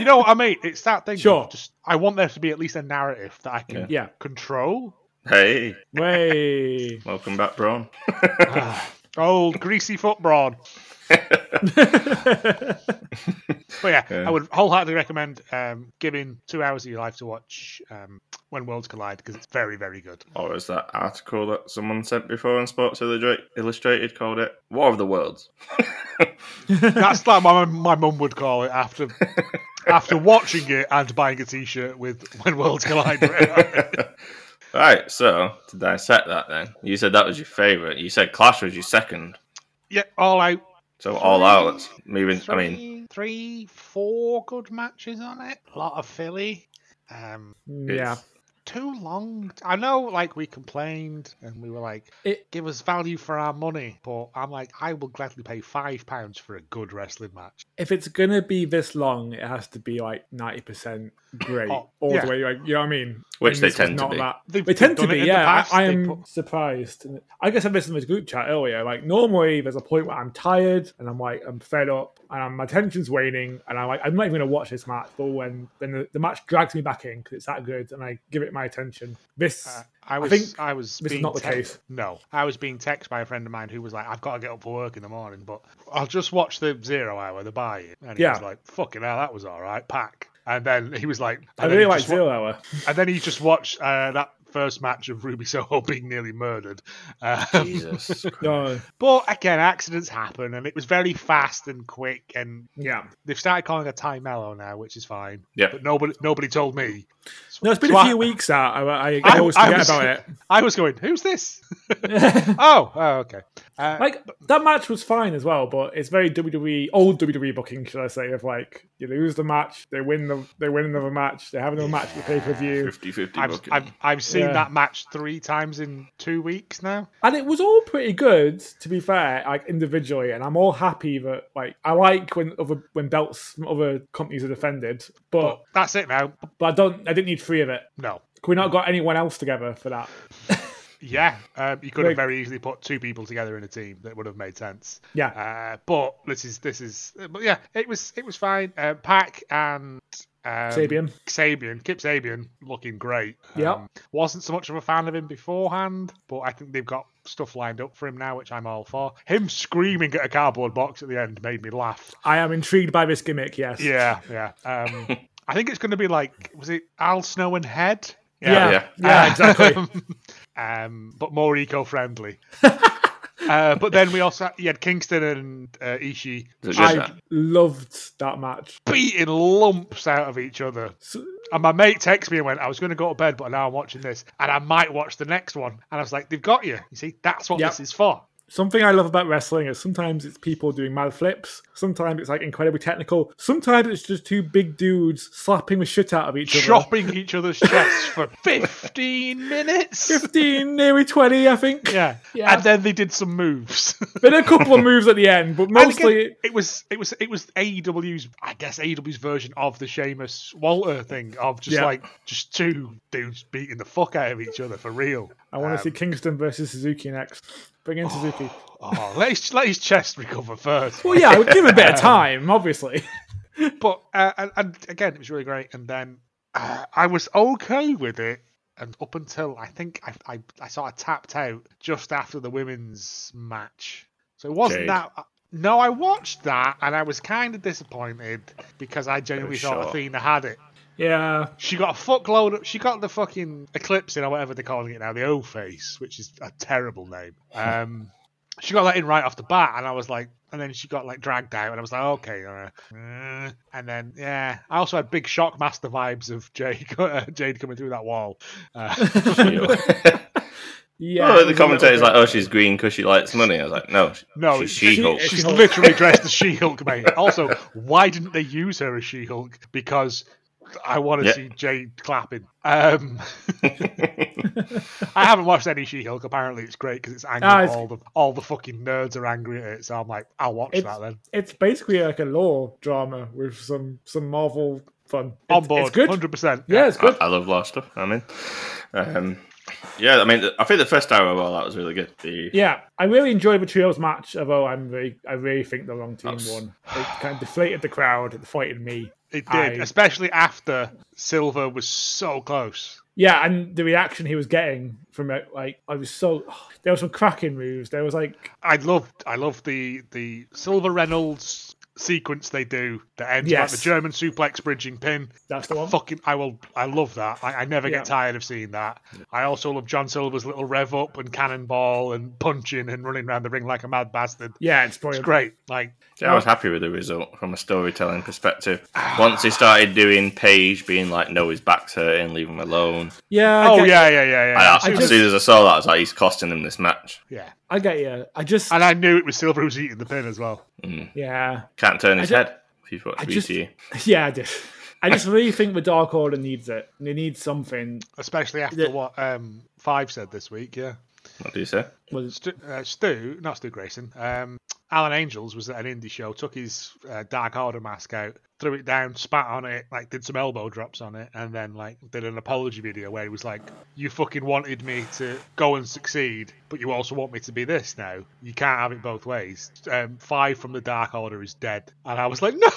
B: you know what I mean? It's that thing. of
C: Sure.
B: Just I want there to be at least a narrative that I can
C: Yeah.
B: control.
A: (laughs) Hey,
B: (laughs)
C: Way.
A: welcome back, Braun.
B: Ah, Old greasy foot broad.
C: Mm,
B: But yeah,
A: Yeah.
B: I would wholeheartedly recommend um, giving two hours of your life to watch um, When Worlds Collide because it's very, very good.
A: Or is that article that someone sent before on Sports Illustra- Illustrated called it War of the Worlds? (laughs)
B: That's like my my mum would call it after after watching it and buying a T-shirt with When Worlds Collide. (laughs) written on it.
A: right, so to dissect that then, you said that was your favourite. You said Clash was your second.
B: yeah, all out.
A: So all out, it's moving. I mean,
B: three, four good matches on it. A lot of Philly. Um,
C: yeah.
A: it's-
B: too long. I know, like we complained and we were like,
C: It-
B: "Give us value for our money," but I'm like, I will gladly pay five pounds for a good wrestling match.
C: If it's gonna be this long, it has to be like ninety percent great
B: Oh,
C: all
B: yeah.
C: the way. Like, you know what I mean?
A: Which
C: And
A: they
C: this was
A: tend to
C: not
A: be.
C: that-
B: They've-
C: They tend
B: they've
C: to
B: done
C: be.
B: it in the
C: Yeah,
B: past.
C: I, I
B: They
C: am
B: put-
C: surprised. And I guess I missed in the group chat earlier. Like normally, there's a point where I'm tired and I'm like I'm fed up and I'm, my tension's waning and I'm like I'm not even gonna watch this match. But when then the, the match drags me back in because it's that good and I give it my attention. This
B: Uh, I
C: I
B: was, I,
C: think
B: was
C: this is
B: being
C: not the
B: text-
C: case.
B: No, I was being texted by a friend of mine who was like, "I've got to get up for work in the morning, but I'll just watch the Zero Hour, the buy-in." And he
C: Yeah.
B: was like, "Fucking hell, that was all right, pack." And then he was like,
C: I
B: and then he
C: really like
B: just wa-
C: Zero Hour.
B: And then he just watched uh, that first match of Ruby Soho (laughs) being nearly murdered. Um,
A: (laughs)
C: (laughs)
A: Jesus.
C: No,
B: but again, accidents happen, and it was very fast and quick. And
C: yeah.
B: they've started calling her Ty Mello now, which is fine.
A: Yeah.
B: But nobody, nobody told me.
C: No, it's been
B: So
C: a
B: I-
C: few weeks out. I, I, I
B: I-
C: always
B: I
C: forget
B: was-
C: about
B: I was going, "Who's this?" (laughs)
C: it.
B: oh, oh, okay. Uh,
C: like that match was fine as well, but it's very WWE old WWE booking, should I say? Of like you lose the match, they win the they win another match, they have another match at the pay per view,
A: 50 50
B: I've,
A: (laughs)
B: I've, I've seen
C: Yeah.
B: that match three times in two weeks now.
C: and it was all pretty good to be fair, like individually. And I'm all happy that like I like when other when belts from other companies are defended, but
B: But that's it now.
C: but I don't I didn't need three of it.
B: No.
C: We not got anyone else together for that.
B: Yeah. Um, you could have
C: Like-
B: very easily put two people together in a team that would have made sense.
C: Yeah,
B: Uh, but this is this is but yeah, it was it was fine. Uh, Pack and um,
C: Sabian.
B: Sabian, Kip Sabian, looking great. Um,
C: Yep.
B: wasn't so much of a fan of him beforehand, but I think they've got stuff lined up for him now, which I'm all for. Him screaming at a cardboard box at the end made me laugh.
C: I am intrigued by this gimmick. Yes.
B: Yeah, yeah. Um, (laughs) I think it's going to be like was it Al Snow and Head?
C: Yeah.
A: Yeah.
C: Yeah.
B: Uh,
C: exactly.
B: (laughs)
C: (laughs)
B: um, but more eco-friendly. (laughs) uh, but then we also you had Kingston and uh, Ishii
C: I loved that match.
B: beating lumps out of each other.
C: So-
B: And my mate texted me and went, I was going to go to bed, but now I'm watching this and I might watch the next one. And I was like, they've got you. You see, that's what
C: Yep.
B: this is for.
C: Something I love about wrestling is sometimes it's people doing mad flips, sometimes it's like incredibly technical, sometimes it's just two big dudes slapping the shit out of
B: (laughs)
C: each other.
B: chopping each other's chests for (laughs) 15
C: (laughs)
B: minutes.
C: 15, nearly 20, I think.
B: Yeah.
C: Yeah.
B: and then they did some moves. (laughs)
C: But a couple of moves at the end, but
B: And again,
C: mostly
B: it was it was it was AEW's I guess AEW's version of the Sheamus Walter thing of just
C: Yeah.
B: like just two dudes beating the fuck out of each other for real.
C: I want
B: Um,
C: to see Kingston versus Suzuki next. Bring
B: (sighs)
C: in Suzuki.
B: Oh, let his, let his chest recover first.
C: Well, yeah, I would give him a bit of time, obviously.
B: (laughs)
C: (laughs)
B: but uh, and, and again, it was really great. And then uh, I was okay with it, and up until I think I, I I sort of tapped out just after the women's match. So it wasn't
A: Jade.
B: that. uh, No, I watched that and I was kind of disappointed because I genuinely
A: was
B: thought
A: short.
B: Athena had it.
C: Yeah,
B: She got a fuckload of. She got the fucking Eclipse in, or whatever they're calling it now, the O Face, which is a terrible name. Um, she got that in right off the bat, and I was like, and then she got like dragged out, and I was like, okay, uh, uh, and then yeah, I also had big shock master vibes of Jade, (laughs) uh, Jade coming through that wall. Uh,
A: (laughs)
B: (laughs)
C: yeah.
A: Oh, the commentator's like, "Oh, she's green because she likes money." I was like, "No, she-
B: no,
A: she's
B: she-
A: She-Hulk."
B: she's
C: She-Hulk.
B: literally dressed as She Hulk, mate. Also, why didn't they use her as She Hulk? Because I want to
A: Yeah.
B: see Jade clapping. Um, (laughs) I haven't watched any She-Hulk. Apparently, it's great because it's angry.
C: Ah, it's-
B: All the all the fucking nerds are angry at it. So I'm like, I'll watch
C: It's-
B: that then.
C: it's basically like a law drama with some some Marvel fun. It's,
B: On board,
C: It's good.
B: hundred percent.
C: Yeah, it's
A: I,
C: good.
A: I love Law stuff. I mean, um, yeah, I mean, I think the first hour, well, that was really good. The,
C: Yeah, I really enjoyed the trios match, although I'm really, I really think the wrong team
A: That's-
C: won. It kind of deflated the crowd, it deflated me.
B: it did,
C: I-
B: especially after Silver was so close.
C: Yeah, and the reaction he was getting from it, like I was so there were some cracking moves. There was like
B: I loved, I loved the the Silver Reynolds sequence they do that ends with like,
C: Yes.
B: the German suplex bridging pin.
C: that's the one.
B: Fucking, I will, I love that. I, I never
C: Yeah.
B: get tired of seeing that. I also love John Silver's little rev up and cannonball and punching and running around the ring like a mad bastard.
C: Yeah, it's probably
B: It's great. Like
A: yeah, I was happy with the result from a storytelling perspective. Once he started doing Paige being like, "No, his back's hurting, leave him alone."
C: Yeah. I
B: Oh
C: get,
B: yeah, yeah, yeah, yeah.
A: I asked,
B: I
A: as
B: just-
A: soon as I saw that, I was like, "He's costing him this match.
B: yeah,
C: I get you. I just
B: and I knew it was Silver who was eating the pin as well.
C: yeah. (laughs)
A: Can't turn his
C: ju-
A: head." If you've watched
C: I just-
A: BT.
C: Yeah, I did. I just really think the Dark Order needs it. They need something.
B: Especially after
C: Yeah.
B: what um, Five said this week. Yeah,
A: What do you say?
C: Was
B: Stu, uh, Stu not Stu Grayson. Um, Alan Angels was at an indie show, took his uh, Dark Order mask out, threw it down, spat on it, like did some elbow drops on it, and then like did an apology video where he was like, "You fucking wanted me to go and succeed, but you also want me to be this now. You can't have it both ways." Um, Five from the Dark Order is dead, and I was like, (laughs) "No,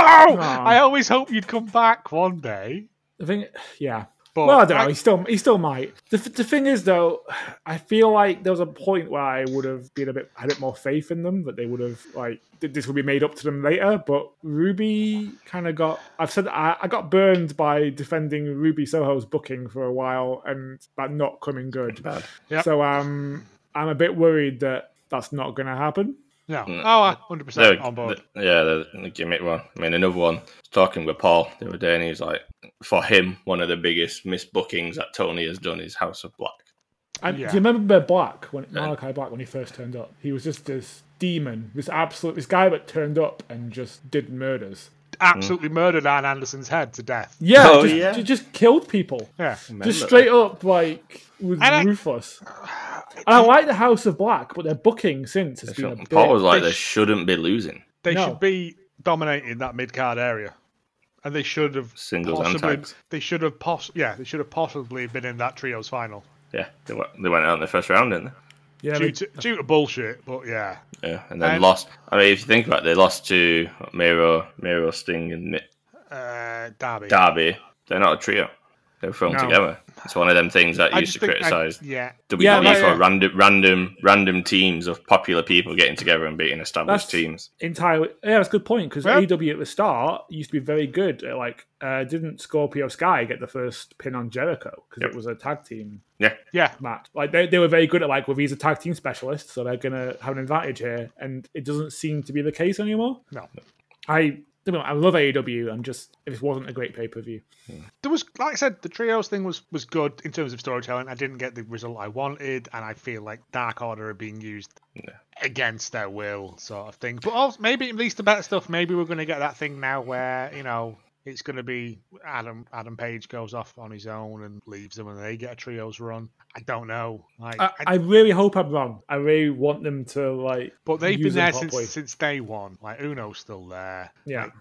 B: I always hope you'd come back one day."
C: the thing? Yeah.
B: But
C: Well, I don't
B: I-
C: know. He still he still might. The, th- the thing is, though, I feel like there was a point where I would have been a bit had a bit more faith in them that they would have like th- this would be made up to them later. But Ruby kind of got. I've said I, I got burned by defending Ruby Soho's booking for a while and that not coming good.
A: Bad.
B: Yep.
C: So um, I'm a bit worried that that's not going to happen.
B: No.
A: Mm.
B: Oh, 100 percent
A: They're-
B: on board.
A: th- yeah, the, the gimmick one. I mean, another one. I was talking with Paul the other day, and he was like, for him, one of the biggest misbookings that Tony has done is House of Black.
C: I,
B: Yeah.
C: Do you remember Black when Malachi Black when he first turned up? He was just this demon, this absolute this guy that turned up and just did murders.
B: Absolutely murdered Ann Anderson's head to death.
C: Yeah,
A: Oh,
C: just,
A: yeah.
C: ju- just killed people.
B: Yeah.
C: Just straight up like was
B: And I- (sighs)
C: ruthless. And I like the House of Black, but their booking since has been a bit.
A: Paul was like,
B: They
A: they
B: sh-
A: shouldn't be losing
B: They
C: No.
B: should be dominating that mid card area. And they should have
A: singles and
B: possibly
A: tags.
B: they should have poss- yeah, they should have possibly been in that trios final.
A: Yeah, they, wa- they went out in the first round, didn't
C: yeah,
B: Due
C: they-
B: to, due to bullshit, but yeah.
A: they? Yeah, and then
B: And-
A: lost. I mean, if you think about it, they lost to Miro, Miro, Sting, and Nick
B: Uh Derby.
A: Darby. They're not a trio. They were thrown
C: No.
A: together. It's one of them things that you used to criticize
B: yeah.
A: WWE
C: Yeah,
A: E for
C: yeah,
B: yeah.
A: random, random, random teams of popular people getting together and beating established
C: That's-
A: teams.
C: entirely. Yeah, that's a good point because
B: Well-
C: AEW at the start used to be very good. At, like, uh, didn't Scorpio Sky get the first pin on Jericho because
A: Yep.
C: it was a tag team
A: Yeah,
B: Yeah.
C: match? Like, they, they were very good at like, well, he's a tag team specialist, so they're gonna have an advantage here, and it doesn't seem to be the case anymore.
B: No.
C: I don't get me wrong, I love AEW. I'm just if this wasn't a great pay per view.
B: there was like I said, the trios thing was was good in terms of storytelling. I didn't get the result I wanted, and I feel like Dark Order are being used
A: Yeah.
B: against their will, sort of thing. But also, maybe at least the better stuff. Maybe we're going to get that thing now where you know it's going to be Adam Adam Page goes off on his own and leaves them, and they get a trios run. I don't know. Like,
C: I, I really hope I'm wrong. I really want them to like.
B: but they've
C: use
B: been
C: them
B: there since
C: properly.
B: since day one. Like Uno's still there.
C: yeah.
B: like,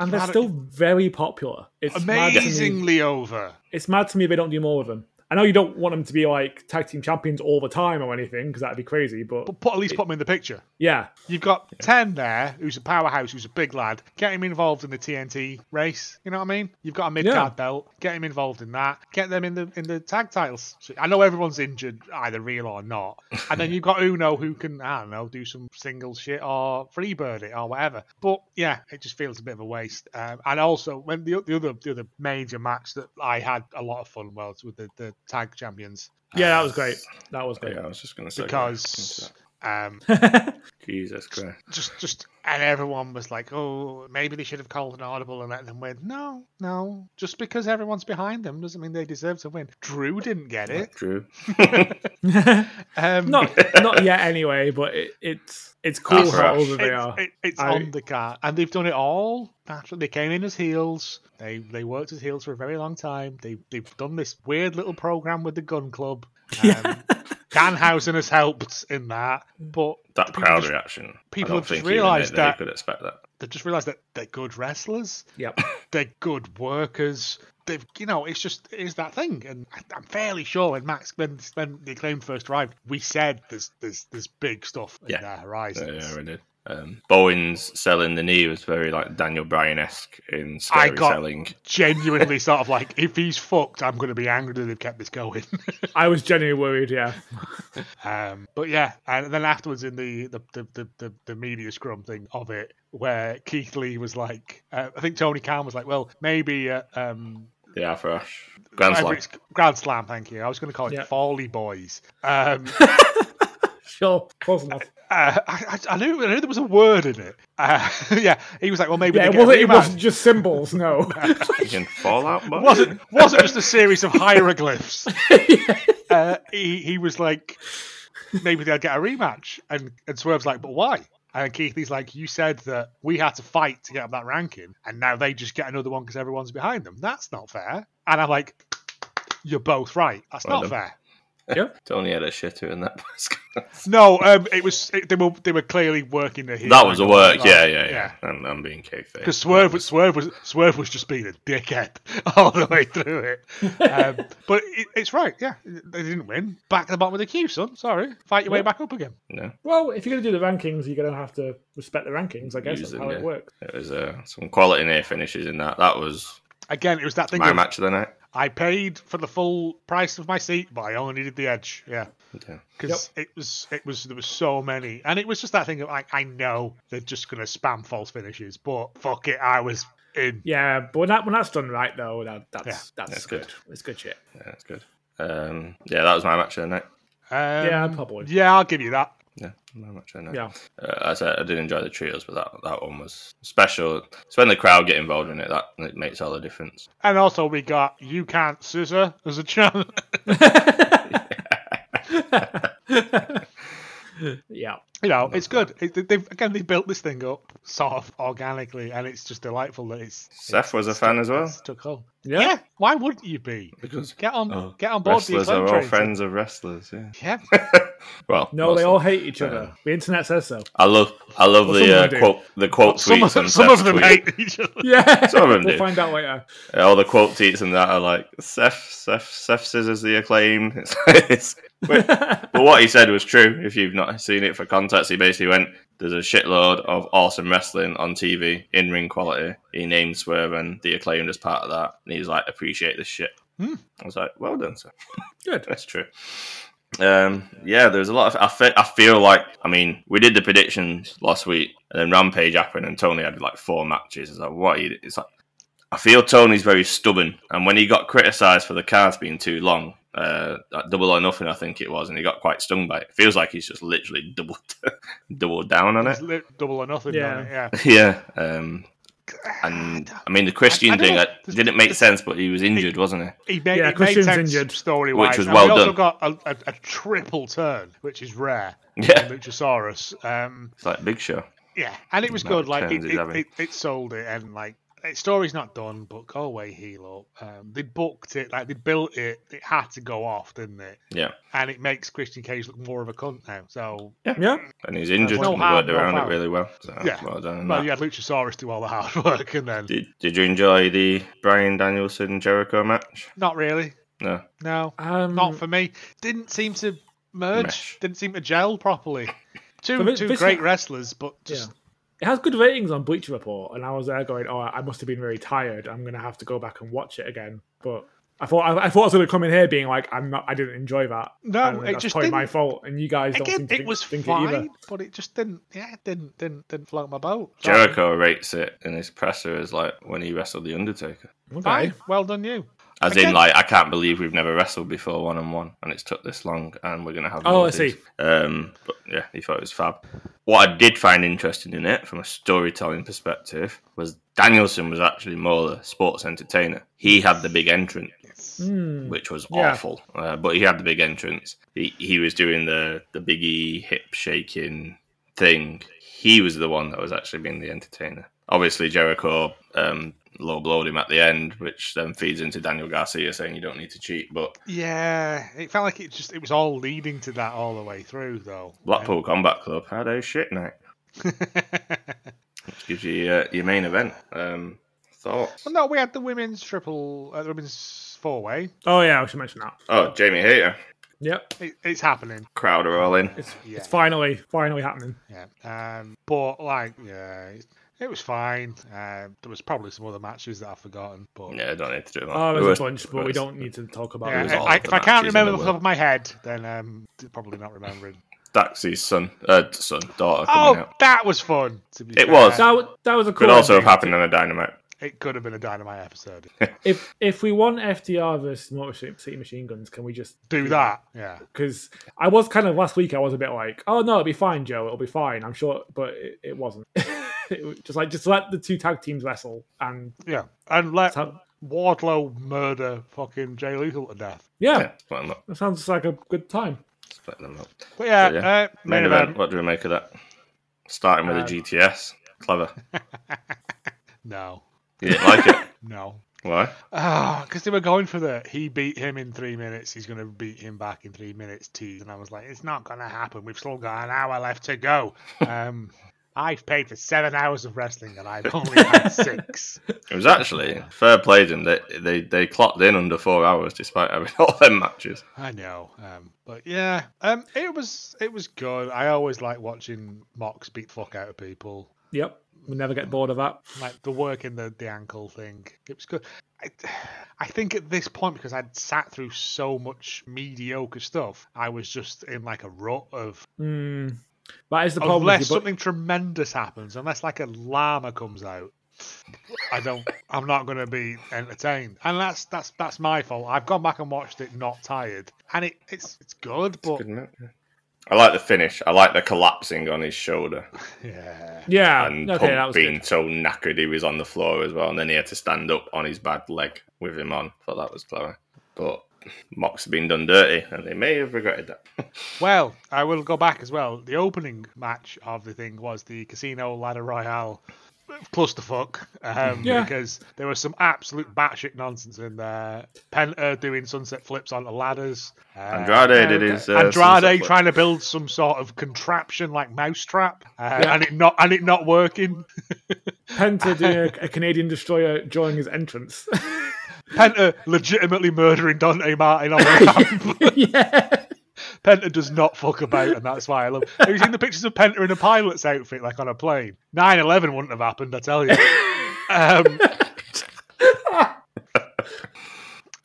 C: and they're
B: Adam-
C: still very popular. It's mad to me-
B: amazingly over.
C: it's mad to me if they don't do more with them. I know you don't want them to be like tag team champions all the time or anything because that'd be crazy. But,
B: But put, at least put them in the picture.
C: yeah,
B: You've got Ten there, who's a powerhouse, who's a big lad. Get him involved in the TNT race. You know what I mean? You've got a mid card
C: Yeah.
B: belt. Get him involved in that. Get them in the in the tag titles. So I know everyone's injured, either real or
C: (laughs)
B: not. And then you've got Uno, who can I don't know do some single shit or freebird it or whatever. But yeah, it just feels a bit of a waste. Um, and also when the, the other the other major match that I had a lot of fun was with the, the tag champions
C: yeah, that was great. That was great.
A: Yeah, I was just going to say
B: because. Um,
A: Jesus Christ.
B: just just and everyone was like, oh, maybe they should have called an audible and let them win. No, no, just because everyone's behind them doesn't mean they deserve to win. Drew didn't get
C: (laughs)
B: it. (laughs)
A: Drew.
B: Um,
C: (laughs) not not yet anyway, but it, it's it's cool
A: That's
C: how
A: right.
C: over they
B: it's,
C: are.
B: it- it's
C: I-
B: on the card, and they've done it all naturally. They came in as heels. They they worked as heels for a very long time. They they've done this weird little program with the Gun
C: (laughs)
B: Club. Um, Danhausen has helped in that, but
A: That
B: people
A: crowd
B: just-
A: reaction.
B: people
A: I don't
B: have just
A: think even they,
B: realised
A: they
B: that-
A: could expect that.
B: they just realised that they're good wrestlers.
C: Yep.
B: (laughs) they're good workers. They've, you know, it's just it's that thing, and I, I'm fairly sure when Max when when the acclaim first arrived, we said there's there's there's big stuff in
A: Yeah.
B: their horizons.
A: Yeah, we did. Um, Bowen's selling the knee was very like Daniel Bryan esque in scary
B: got-
A: selling. (laughs)
B: Genuinely, sort of like if he's fucked, I'm going to be angry that they've kept this going. (laughs)
C: I was genuinely worried. Yeah,
B: Um, but yeah, and then afterwards in the the, the, the, the the media scrum thing of it, where Keith Lee was like, uh, I think Tony Khan was like, well, maybe uh, um,
A: The Arthur Ashe. Grand
B: whatever
A: Slam.
B: it's- Grand Slam, thank you. I was going to call it
C: Yeah.
B: Folly Boys. Um, (laughs)
C: sure, close enough.
B: Uh, I, I I knew I knew there was a word in it. Uh, (laughs) yeah, he was like, well, maybe
C: Yeah,
B: they
C: it
B: get
C: wasn't,
B: a
C: it
B: rematch.
C: wasn't just symbols. No,
A: Fucking Fallout Boy.
B: wasn't (laughs) wasn't just a series
C: (laughs)
B: of hieroglyphs. uh, he he was like, maybe they'll get a rematch, and and Swerve's like, but why? And Keithley's like, you said that we had to fight to get up that ranking, and now they just get another one because everyone's behind them. That's not fair. And I'm like, you're both right. That's
A: Well done.
B: not fair.
A: Tony had a shitter in that (laughs) podcast.
B: No, um, it was it, they were they were clearly working the heel
A: that was a
B: angle.
A: work.
B: Like,
A: Yeah, yeah,
B: yeah.
A: yeah. And I'm being cake
B: Because Swerve was Swerve was Swerve was just being a dickhead (laughs) all the way through it.
C: (laughs)
B: Um, but it, it's right, yeah. They didn't win. Back to the bottom of the queue, son. Sorry, fight your way
C: Yeah.
B: back up again.
A: No,
C: well, if you're gonna do the rankings, you're gonna have to respect the rankings. I guess
A: Use
C: that's
A: them,
C: how
A: yeah.
C: it works.
A: it was uh, some quality near finishes in that. That was
B: Again, it was that thing.
A: my
B: of,
A: match of the night.
B: I paid for the full price of my seat, but I only needed the edge. Yeah,
A: Yeah.
B: because it was it was there was so many, and it was just that thing of like I know they're just gonna spam false finishes, but fuck it, I was in.
C: Yeah, but when, that, when that's done right, though, that, that's that's,
A: that's
C: good.
A: good.
C: It's good shit.
A: yeah, that's good. Um, yeah, that was my match of the night.
B: Um,
C: yeah, probably.
B: Yeah, I'll give you that.
A: Yeah, my match of the night.
C: Yeah,
A: Uh, I said I did enjoy the trios, but that, that one was special. It's when the crowd get involved in it that it makes all the difference.
B: And also, we got you can't scissor as a chant.
C: yeah.
B: (laughs) you know, it's good. It, they- they've again they built this thing up sort of organically, and it's just delightful that it's
A: Seth was a fan as well
B: it's took on.
C: yeah,
B: Yeah. why wouldn't you be?
A: because
B: Get on,
A: Oh,
B: get on board.
A: wrestlers
B: the Acclaim
A: are all
B: train.
A: friends of wrestlers. Yeah.
B: Yeah,
A: (laughs) Well,
C: No,
A: mostly.
C: they all hate each
A: Yeah.
C: other. The internet says so.
A: I love I love
C: Well, some
A: the
C: of
A: uh,
C: them do.
A: quote the quote
B: some
A: tweets
B: of,
A: and
B: some
A: Seth's
B: of them
A: tweet.
B: hate each (laughs) other.
C: Yeah,
A: Some of them
C: we'll
A: do.
C: find out later.
A: Uh, All the quote tweets and that are like Seth Seth Seth scissors the acclaim. (laughs) It's, it's, but but what he said was true. If you've not seen it for context, he basically went, "There's a shitload of awesome wrestling on TV in ring quality." He named Swerve and the acclaimed as part of that, and he's like, "Appreciate this shit."
B: Hmm.
A: I was like, "Well done, sir." (laughs)
C: Good.
A: That's true. Um, yeah, there's a lot of. I, fe- I feel like, I mean, we did the predictions last week, and then Rampage happened, and Tony had like four matches. It's like, what? Are you, it's like, I feel Tony's very stubborn, and when he got criticised for the cards being too long, uh, at double or nothing, I think it was, and he got quite stung by it. Feels like he's just (laughs) literally doubled, doubled down on it.
B: It's li- double or
A: (laughs)
B: nothing.
C: Yeah.
B: Yeah, it? yeah.
A: Yeah. Um, (laughs) And I mean, the Christian
B: I- I don't
A: thing
B: know.
A: that didn't make sense, but he was injured, wasn't he?
B: He made,
C: Yeah,
B: yeah, made
C: Christian's
B: sense
C: injured.
B: story
A: Which
B: wise.
A: was
B: And
A: well
B: we also
A: done.
B: got a, a, a triple turn, which is rare.
A: Yeah.
B: in (laughs) Luchasaurus. Um,
A: It's like Big Show.
B: yeah, and it was
A: Amount
B: good.
A: of
B: Like it,
A: turns he's
B: it,
A: having.
B: it, it sold it, and like the story's not done, but go away, heel up. Um, they booked it, like they built it. It had to go off, didn't it?
A: Yeah.
B: And it makes Christian Cage look more of a cunt now. So
C: Yeah.
A: And he's injured
B: no
A: and
B: harm,
A: worked
B: no
A: around
B: foul.
A: it really well. So
B: Yeah.
A: well done. on
B: well,
A: that.
B: you had Luchasaurus do all the hard (laughs) work, and then
A: Did, did you enjoy the Brian Danielson Jericho match?
B: not really.
A: No.
B: No,
C: Um,
B: not for me. Didn't seem to merge.
A: Mesh.
B: Didn't seem to gel properly. Two
C: But thi-
B: two
C: this-
B: great wrestlers, but just
C: It has good ratings on Bleacher Report, and I was there going, "Oh, I must have been very tired. I'm going to have to go back and watch it again." But I thought I, I thought I was going to come in here being like, "I'm not. I didn't enjoy that."
B: no,
C: and
B: it
C: that's
B: just
C: probably
B: didn't.
C: my fault. And you guys don't
B: Again,
C: seem to
B: it
C: think,
B: was
C: think it either.
B: fine, but it just didn't. Yeah, it didn't didn't didn't float my boat. So,
A: Jericho rates it in his presser as like when he wrestled The Undertaker.
C: Okay.
B: fine. Well done, you.
A: As
B: Again-
A: in, like, I can't believe we've never wrestled before one on one, and it's took this long, and we're gonna have.
C: Oh,
A: more
C: I
A: of
C: see.
A: these. Um, but yeah, he thought it was fab. What I did find interesting in it, from a storytelling perspective, was Danielson was actually more the sports entertainer. He had the big entrance,
C: Hmm.
A: which was
C: Yeah.
A: awful, uh, but he had the big entrance. He he was doing the the biggie hip shaking thing. He was the one that was actually being the entertainer. Obviously, Jericho um, low blowed him at the end, which then feeds into Daniel Garcia saying you don't need to cheat, but.
B: Yeah, it felt like it just it was all leading to that all the way through though.
A: Blackpool Combat Club had a shit night, which gives you uh, your main event. Um, thoughts?
B: (laughs) well, no, we had the women's triple, uh, the women's four way.
C: Oh yeah, I should mention that.
A: Oh, Jamie Hayter.
C: Yep.
B: It, it's happening.
A: Crowd are all in.
C: It's
B: Yeah.
C: it's finally finally happening.
B: Yeah. Um, but like, yeah, it, it was fine. Um, there was probably some other matches that I've forgotten, but
A: Yeah, I don't need to do that.
C: Oh,
A: There
C: there's
A: was-
C: a bunch, but we
A: was-
C: don't need to talk about
B: Yeah,
A: was
C: it.
A: all
B: I,
A: of the
B: if I can't
A: matches in
B: remember
A: the
B: off the top of my head, then um, probably not remembering.
A: Daxie's son, uh, son, daughter (laughs) coming
B: oh,
A: out.
B: that was fun. To be
A: It
B: fair.
A: was.
C: That, w- that was a cool
A: Could also have
C: ending.
A: happened on a dynamite.
B: It could have been a dynamite episode.
C: If if we want FDR versus Motor City Machine Guns, can we just
B: Do that. Yeah.
C: because I was kind of last week. I was a bit like, "Oh no, it'll be fine, Joe. It'll be fine. I'm sure," but it, it wasn't. (laughs) it was just like just let the two tag teams wrestle and
B: Yeah. And let
C: so-
B: Wardlow murder fucking Jay Lethal to death.
C: yeah,
A: Yeah, split them up.
C: that sounds like a good time.
A: Split them up.
B: But yeah,
A: So, yeah,
B: Uh,
A: Main event. What do we make of that? Starting with
C: Um,
A: a GTS. Clever.
B: No.
A: You didn't like it?
B: No.
A: Why?
B: Because they were going for the he beat him in three minutes, he's going to beat him back in three minutes, tease. And I was like, it's not going to happen. We've still got an hour left to go. Um, I've paid for seven hours of wrestling and I've only had six.
A: It was actually fair play to them. They, they they clocked in under four hours despite having (laughs) all them matches.
B: I know, um, but yeah, um, it was it was good. I always like watching Mox beat the fuck out of people.
C: Yep, we never get bored of that.
B: like the work in the the ankle thing. It was good. I, I think at this point because I'd sat through so much mediocre stuff, I was just in like a rut of
C: Mm. That is the problem. with
B: unless
C: your bu-
B: something tremendous happens, unless like a llama comes out. I don't. I'm not going to be entertained, and that's that's that's my fault. I've gone back and watched it, not tired, and it it's it's good, but
A: I like the finish. I like the collapsing on his shoulder
B: (laughs) yeah,
C: yeah,
A: and
C: okay, that
A: Punk
C: was
A: being
C: good.
A: so knackered he was on the floor as well, and then he had to stand up on his bad leg with him on. Thought that was clever, but Mox had been done dirty, and they may have regretted that.
B: Well, I will go back as well. The opening match of the thing was the Casino Ladder Royale clusterfuck um,
C: Yeah.
B: because there was some absolute batshit nonsense in there. Penta doing sunset flips onto ladders. Uh,
A: Andrade did
C: okay.
A: his uh, sunset
B: Andrade
A: flip.
B: trying to build some sort of contraption like mousetrap, uh,
C: Yeah.
B: and it not and it not working.
C: Penta doing
A: (laughs)
C: a, a Canadian destroyer during his entrance. (laughs)
B: Penta legitimately murdering Dante Martin on the
C: (laughs)
B: ramp.
C: yeah,
B: Penta does not fuck about, and that's why I love. Have you seen the pictures of Penta in a pilot's outfit, like on a plane? 9-11 wouldn't have happened, I tell you. Um,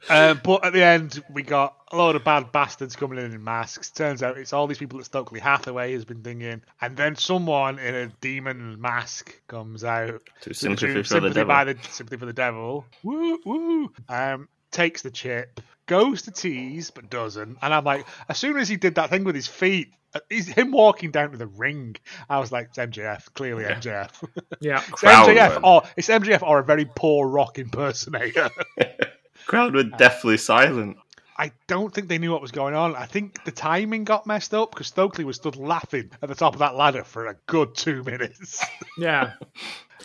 B: uh, but at the end, we got a load of bad bastards coming in in masks. Turns out it's all these people that Stokely Hathaway has been dinging, and then someone in a demon mask comes out
A: to
B: to
A: sympathy
B: do
A: for the
B: sympathy
A: devil.
B: by the sympathy for the devil. Woo woo. Um, takes the chip, goes to tease but doesn't. And I'm like, as soon as he did that thing with his feet, uh, he's, him walking down to the ring, I was like, it's MJF, clearly
A: Yeah.
B: MJF.
C: Yeah.
B: (laughs) It's
A: Crowd
B: MJF
A: went.
B: or it's MJF or a very poor rock impersonator. (laughs)
A: Crowd were deathly silent.
B: I don't think they knew what was going on. I think the timing got messed up because Stokely was stood laughing at the top of that ladder for a good two minutes. (laughs)
C: Yeah.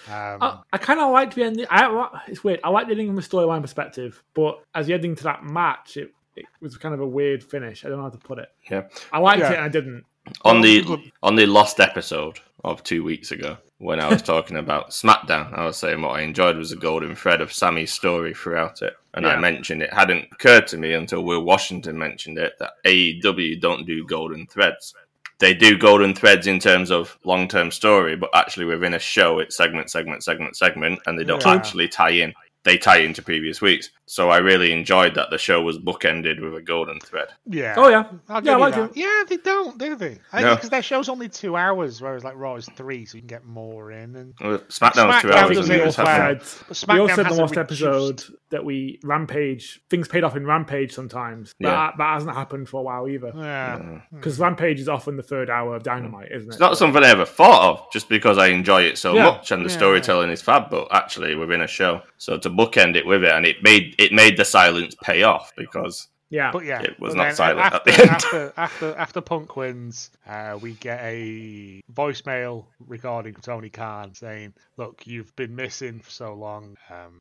B: Um,
C: I, I kind of liked the ending. I, li- it's weird. I liked the ending from a storyline perspective, but as the ending to that match, it, it was kind of a weird finish. I don't know how to put it.
A: Yeah.
C: I liked
B: Yeah.
C: it and I didn't.
A: on the
B: Well,
A: on the lost episode of two weeks ago when I was talking about SmackDown, I was saying what I enjoyed was the golden thread of Sammy's story throughout it, and I
C: Yeah.
A: mentioned it hadn't occurred to me until Will Washington mentioned it that AEW don't do golden threads. They do golden threads in terms of long term story, but actually within a show, it's segment, segment, segment, segment, and they don't
B: Yeah.
A: actually tie in. They tie into previous weeks. So I really enjoyed that the show was bookended with a golden thread.
B: yeah.
C: Oh, yeah.
B: I'll
C: Yeah,
B: give
C: I
B: you
C: like
B: that. Yeah, they don't, do they? Because
A: No.
B: their show's only two hours, whereas like Raw is three, so you can get more in. And
A: Well, SmackDown was two
B: SmackDown
A: hours.
B: doesn't
A: and it
B: even
A: was half an
B: flag.
A: hour.
C: Said,
B: but
C: we
B: SmackDown
C: also said in
B: has a
C: the last
B: reduced-
C: episode that we rampage things paid off in rampage sometimes. That
A: Yeah.
C: that hasn't happened for a while either
B: Yeah.
A: Yeah.
C: because rampage is often the third hour of dynamite, isn't it?
A: It's not something I ever thought of just because I enjoy it so
C: Yeah.
A: much and the
B: Yeah,
A: storytelling is fab, but actually within a show. So to bookend it with it and it made it made the silence pay off because
C: yeah. (laughs)
B: But yeah,
A: It was
B: but
A: not
B: then
A: silent at (laughs)
B: after,
A: the end.
B: After, after, after Punk wins, uh, we get a voicemail recording from Tony Khan saying, "Look, you've been missing for so long. Um,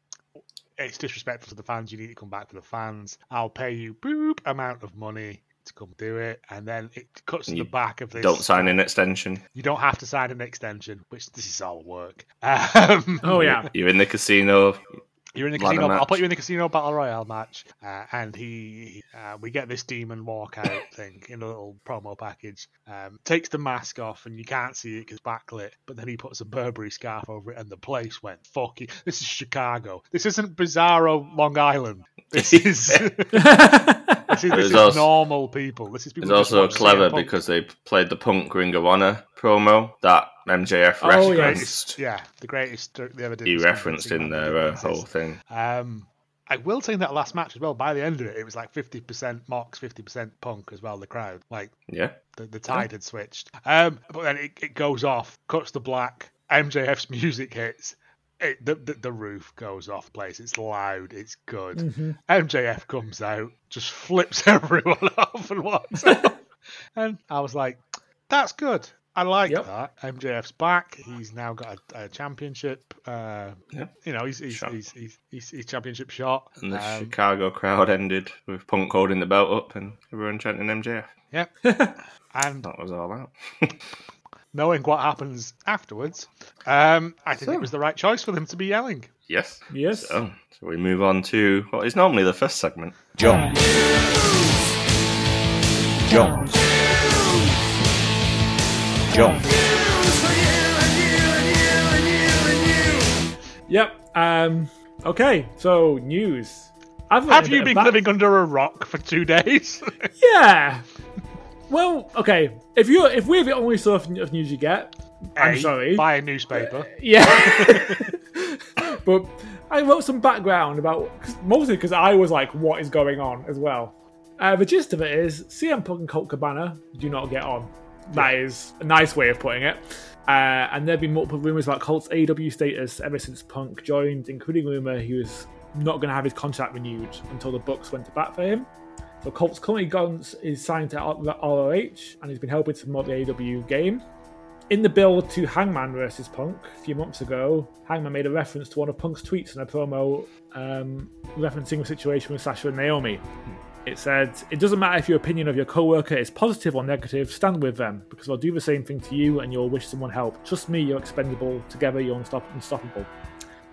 B: it's disrespectful to the fans. You need to come back for the fans. I'll pay you boop amount of money." to Come do it, and then it cuts to
A: You
B: the back of this.
A: don't sign an extension.
B: You don't have to sign an extension, which this is all work. Um,
C: Oh yeah.
A: You're in the casino.
B: You're in the
A: Ladder
B: casino. I'll
A: match.
B: put you in the casino battle royale match, uh, and he, uh, we get this
A: (laughs)
B: demon walkout thing in a little promo package. Um, takes the mask off, and you can't see it because backlit. But then he puts a Burberry scarf over it, and the place went fucking. This is Chicago. This isn't Bizarro Long Island.
A: (laughs)
B: This is (laughs) this is,
A: There's
B: this is
A: also-
B: normal people. This is people.
A: It's
B: who just
A: also
B: watch CM
A: clever
B: Punk.
A: because they played the punk Ring of Honor promo that MJF
C: Oh, yeah.
A: referenced.
B: yeah, the greatest they ever did.
A: He
B: was
A: referenced
B: convincing
A: in
B: Matt
A: their uh,
B: Dickinson.
A: whole thing.
B: Um, I will say in that last match as well. By the end of it, it was like fifty percent Mox, fifty percent Punk as well. The crowd, like
A: Yeah.
B: the, the tide had switched. Um, but then it, it goes off, cuts to black. MJF's (laughs) music hits. It, the, the the roof goes off. Place. It's loud. It's good.
C: Mhm.
B: MJF comes out, just flips (laughs) everyone off and walks out. And I was like, that's good. I like
C: Yep.
B: that. MJF's back. He's now got a, a championship. Uh,
A: Yep.
B: You know, he's he's,
A: Shot.
B: he's, he's, he's, he's championship shot.
A: And the
B: Um,
A: Chicago crowd ended with Punk holding the belt up and everyone chanting MJF.
B: and
A: That was all out.
B: knowing what happens afterwards, um, I think it was the right choice for them to be yelling.
A: Yes.
C: Yes.
A: So, Oh, so we move on to what is normally the first segment.
D: Jones. Jones. Jones.
C: Yep. Um. Okay. So news. I've learned
B: Have
C: a
B: you
C: bit
B: been
C: about-
B: living under a rock for two days?
C: Yeah. Well, okay. If you if we're the only source of news you get, I'm
B: (laughs) A,
C: sorry.
B: Buy a newspaper.
C: Yeah. (laughs) but I wrote some background about mostly because I was like, what is going on as well. Uh, the gist of it is CM Punk and Colt Cabana do not get on. That is a nice way of putting it. Uh, and there have been multiple rumors about Colt's AW status ever since Punk joined, including rumor he was not going to have his contract renewed until the Bucks went to bat for him. So Colt's currently gone is signed to ROH and he's been helping to promote the AW game. In the build to Hangman versus Punk a few months ago, Hangman made a reference to one of Punk's tweets in a promo um, referencing the situation with Sasha and Naomi. It said, It doesn't matter if your opinion of your coworker is positive or negative, stand with them, because they'll do the same thing to you and you'll wish someone help. Trust me, you're expendable. Together, you're unstop- unstoppable.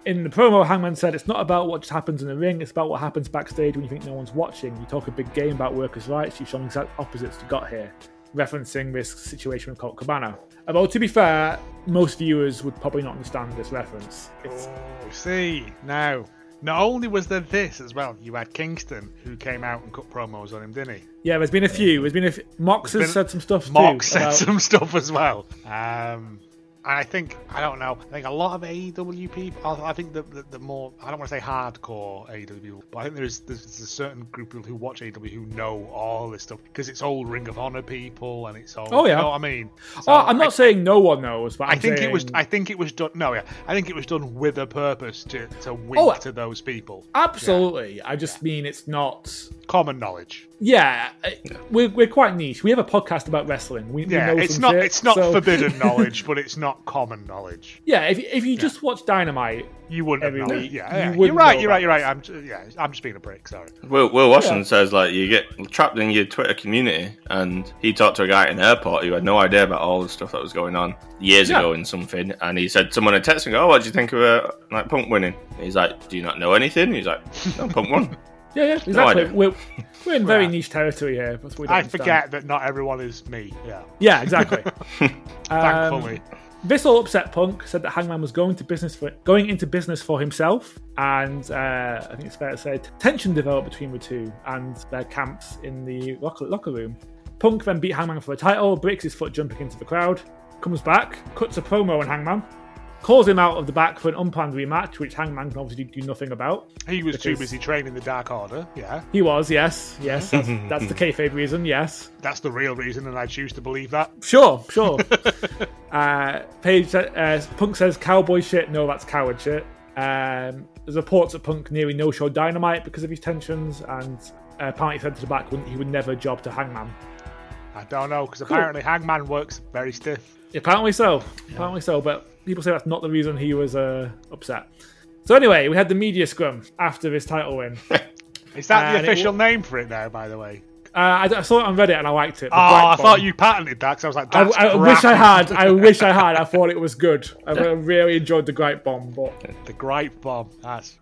C: In the promo, Hangman said, It's not about what just happens in the ring, it's about what happens backstage when you think no one's watching. You talk a big game about workers' rights, you've shown exact opposites you got here referencing this situation with Colt Cabana. Although, to be fair, most viewers would probably not understand this reference. It's,
B: Oh, see now. Not only was there this as well, you had Kingston who came out and cut promos on him, didn't he?
C: yeah, there's been a few. There's been a few. Mox has
B: There's been-
C: said some stuff
B: Mock
C: too.
B: said
C: about-
B: some stuff as well. Um, And I think I don't know. I think a lot of AEW people. I I think the, the, the more I don't want to say hardcore AEW, people, but I think there's there's a certain group of people who watch AEW who know all this stuff because it's all Ring of Honor people and it's all.
C: Oh, yeah.
B: You know what I mean? So
C: oh, I'm not
B: I-
C: saying no one knows, but
B: I
C: I'm
B: think it was.
C: saying-
B: I think it was done. No, yeah. I think it was done with a purpose to to wink
C: Oh, I-
B: to those people.
C: (laughs) absolutely. I just mean it's not.
B: Common knowledge.
C: Yeah, I- we're, we're quite niche. We have a podcast about wrestling. We, we
B: Yeah,
C: know
B: it's
C: some
B: not.
C: shit,
B: it's not
C: so- (laughs)
B: forbidden knowledge, but it's not common knowledge.
C: Yeah, if, if you just watch Dynamite,
B: You wouldn't
C: Every
B: have known.
C: week, you
B: Yeah, yeah. You are
C: wouldn't
B: right.
C: know
B: You're right.
C: about
B: You're right. I'm. j- Yeah, I'm just being a prick. Sorry.
A: Will, Will Washington
C: Yeah.
A: says like you get trapped in your Twitter community, and he talked to a guy at an airport who had no idea about all the stuff that was going on years
C: Yeah.
A: ago in something, and he said someone had texted him, "Oh, what do you think of uh, like Punk winning?" He's like, "Do you not know anything?" He's like, "No, Punk
C: (laughs)
A: won."
C: yeah, yeah, exactly.
A: idea.
C: we're, we're in very
B: Yeah.
C: niche territory here. That's what we don't
B: I
C: understand.
B: forget that not everyone is me. Yeah. (laughs)
C: Yeah, exactly.
B: Thankfully.
C: Um, This all upset Punk. Said that Hangman was going to business for going into business for himself, and uh, I think it's fair to say tension developed between the two and their camps in the locker, locker room. Punk then beat Hangman for the title, breaks his foot jumping into the crowd, comes back, cuts a promo on Hangman, calls him out of the back for an unplanned rematch, which Hangman can obviously do nothing about.
B: he was too
C: because-
B: busy training the Dark Order. Yeah.
C: He was, yes, yes, that's, that's the kayfabe reason, yes.
B: That's the real reason, and I choose to believe that.
C: Sure, sure. (laughs) uh, Paige, sa- uh, Punk says cowboy shit. No, that's coward shit. Um, there's reports that Punk nearly no show Dynamite because of his tensions, and uh, apparently said to the back wouldn't- he would never job to Hangman.
B: I don't know because apparently Hangman works very stiff.
C: Apparently so. Apparently so. But people say that's not the reason he was uh, upset. So anyway, we had the media scrum after this title (laughs) win. uh,
B: Is that the
C: And it
B: official name for it now? By the way.
C: I, I saw it on Reddit and I liked it. The
B: Oh, I
C: Bright Bomb.
B: thought you patented that because I was like,
C: I,
B: that's
C: I wish I
B: crap.
C: had. I wish I had. I thought it was good. I really enjoyed the Great Bomb, but
B: the gripe bomb. That's.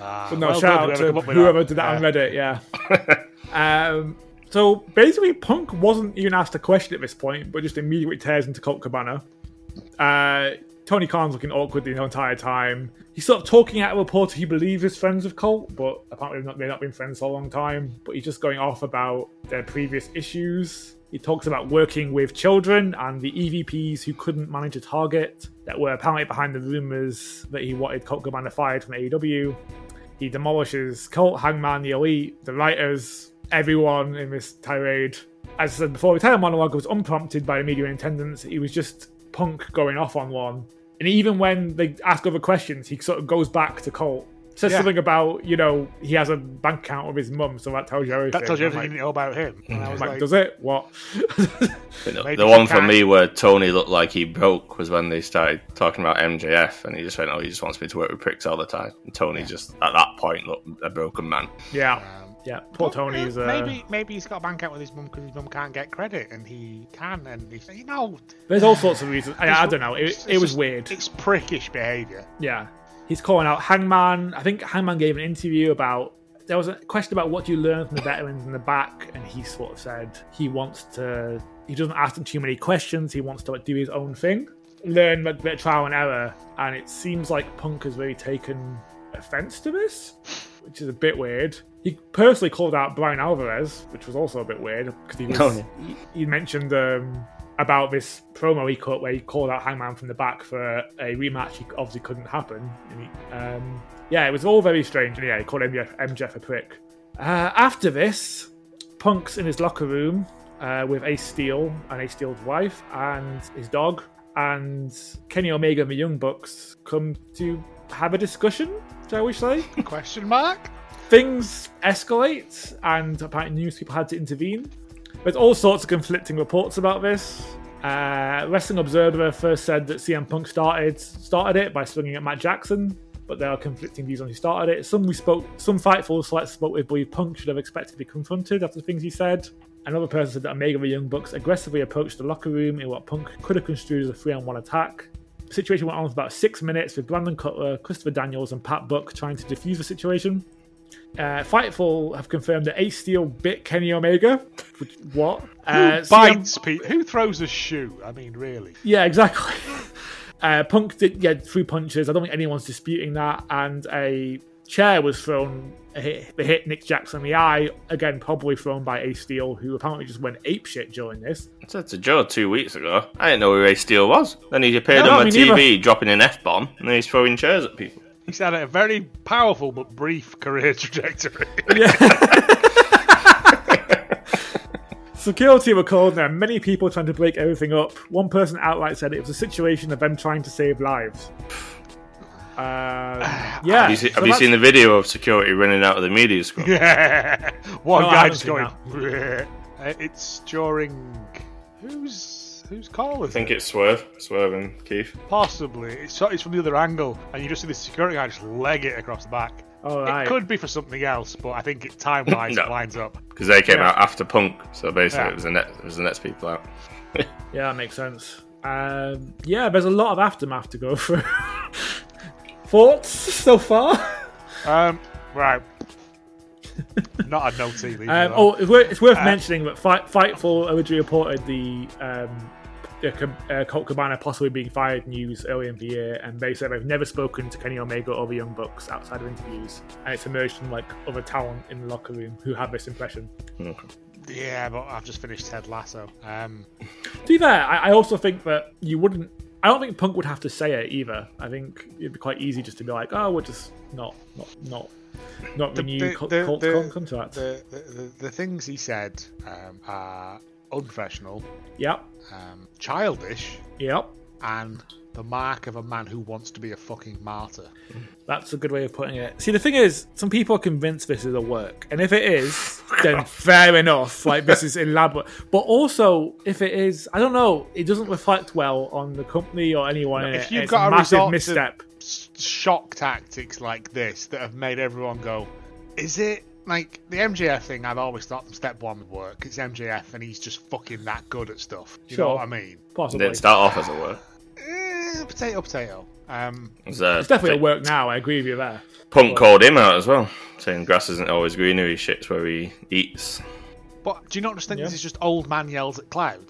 B: Ah,
C: Well, no,
B: well
C: shout
B: done, whoever
C: out to
B: come up with
C: whoever
B: that.
C: did that
B: Yeah.
C: on Reddit.
B: (laughs)
C: Yeah. um, so basically, Punk wasn't even asked a question at this point, but just immediately tears into Colt Cabana. Uh, Tony Khan's looking awkward the entire time. He's sort of talking at a reporter he believes is friends with Colt, but apparently they've not, they've not been friends for a long time. But he's just going off about their previous issues. He talks about working with children and the EVPs who couldn't manage a target that were apparently behind the rumors that he wanted Colt Cabana fired from E AEW. He demolishes Colt, Hangman, the Elite, the writers, everyone in this tirade. As I said before, the entire monologue was unprompted by the media in attendance. He was just punk going off on one. And even when they ask other questions, he sort of goes back to Colt. Says
B: Yeah.
C: something about, you know, he has a bank account with his mum, so that tells you everything.
B: That tells you
C: I'm
B: everything you need to know about him. And I was
C: "Mm, Like,
B: like,
C: like, does it? What? (laughs)
A: The,
B: Maybe
A: the
B: he
A: one for
B: can.
A: me where Tony looked like he broke was when they started talking about MJF, and he just went, "Oh, he just wants me to work with pricks all the time." And Tony just at that point looked a broken man.
C: yeah.
B: um,
C: Yeah. Poor
B: Well,
C: Tony's.
B: uh,
C: Uh,
B: maybe maybe he's got a bank out with his mum because his mum can't get credit, and he can, and he's you know
C: There's all sorts of reasons. I, I
B: it's-
C: don't know. It,
B: it's-
C: it
B: it's
C: was
B: just-
C: weird.
B: it's prickish
C: (laughs)
B: behaviour.
C: Yeah. He's calling out Hangman. I think Hangman gave an interview about there was a question about what do you learn from the veterans in the back, and he sort of said he wants to he doesn't ask them too many questions, he wants to like, do his own thing. Learn a bit of trial and error. And it seems like Punk has really taken offense to this, which is a bit weird. He personally called out Brian Alvarez, which was also a bit weird because he, was,
A: Oh, yeah.
C: he, he mentioned um, about this promo he cut where he called out Hangman from the back for a rematch he obviously couldn't happen. And he, um, yeah, it was all very strange. And yeah, he called MJF, MJF a prick. Uh, after this, Punk's in his locker room uh, with Ace Steel and Ace Steel's wife and his dog. And Kenny Omega and the Young Bucks come to have a discussion, shall we say?
B: Question mark?
C: things escalate, and apparently news people had to intervene. There's all sorts of conflicting reports about this. Uh, Wrestling Observer first said that CM Punk started started it by swinging at Matt Jackson, but there are conflicting views on who started it. Some we spoke, some fightful selects spoke with believe Punk should have expected to be confronted after the things he said. Another person said that Omega and the Young Bucks aggressively approached the locker room in what Punk could have construed as a three-on-one attack. The situation went on for about six minutes with Brandon Cutler, Christopher Daniels, and Pat Buck trying to defuse the situation. Uh, Fightful have confirmed that Ace Steel bit Kenny Omega. Which, what? Uh, CM
B: Bites Pete. Who throws a shoe? I mean, really?
C: yeah, (laughs) exactly. Uh, Punk did yeah three punches. I don't think anyone's disputing that. And a chair was thrown. It hit, it hit Nick Jackson in the eye again, probably thrown by Ace Steel, who apparently just went ape shit during this.
A: I said to Joe two weeks ago, I didn't know who Ray Steele was. Then he appeared
C: No,
A: on my
C: me
A: TV dropping an F bomb and then he's throwing chairs at people.
B: He's had a very powerful but brief career (laughs) trajectory.
C: Security were called, and there are many people trying to break everything up. One person outright said it was a situation of them trying to save lives. (sighs) Um, yeah.
A: (sighs) Have you, se-
C: so
A: have you
C: that's-
A: seen the video of security running out of the media squad?
B: (laughs) yeah. One
C: No, I
B: guy
C: haven't
B: just
C: seen
B: going. "Bleh." Uh, it's during who's who's calling?
A: I think it's Swerve, Swerve and Keith.
B: Possibly. It's so- it's from the other angle, and you just see the security guy just leg it across the back.
C: All
B: It
C: right.
B: could be for something else, but I think it time wise
A: No.
B: it lines up.
A: Because they came
C: Yeah.
A: out after Punk, so basically
B: Yeah.
A: it was the next it was the next people out.
C: Yeah, that makes sense. Um, yeah, there's a lot of aftermath to go (laughs) through. Thoughts so far? (laughs)
B: Um, right. Not a no tea leader.
C: Um,
B: though.
C: oh, it's worth, it's worth
B: Uh,
C: mentioning that Fight, Fightful originally reported the um, the Cab- uh, Colt Cabana possibly being fired news early in the year, and they said they've never spoken to Kenny Omega or the Young Bucks outside of interviews, and it's emerged from like other talent in the locker room who had this impression.
B: Yeah, but I've just finished Ted Lasso. Um,
C: To be fair, I, I also think that you wouldn't. I don't think Punk would have to say it either. I think it'd be quite easy just to be like, "Oh, we're just not, not, not, not renew
B: the-
C: co-
B: the-
C: co-
B: the-
C: con- contract."
B: the, the, the the things he said um, are unprofessional,
C: Yep,
B: um, childish,
C: yep.
B: and the mark of a man who wants to be a fucking martyr.
C: That's a good way of putting it. See, the thing is, some people are convinced this is a work, and if it is,
B: (laughs)
C: then fair enough. Like this is elaborate, but also if it is, I don't know, it doesn't reflect well on the company or anyone. in
B: if
C: it.
B: you've
C: Eh, it's
B: got a
C: massive
B: resort to-
C: misstep.
B: S- shock tactics like this that have made everyone go, "Is it?" Like the MJF thing, I've always thought from step one would work. It's MJF, and he's just fucking that good at stuff. Do you know
C: Sure.
B: what I mean?
A: It
C: possibly,
A: didn't start off as a work.
B: Eh, potato, potato. Um,
A: It was, uh,
C: it's definitely a
A: Vic-
C: work now. I agree with you there.
A: Punk called him out as well, saying grass isn't always greener, he shits where he eats. (laughs)
B: But do you not just think
C: Yeah.
B: this is just old man yells at Cloud?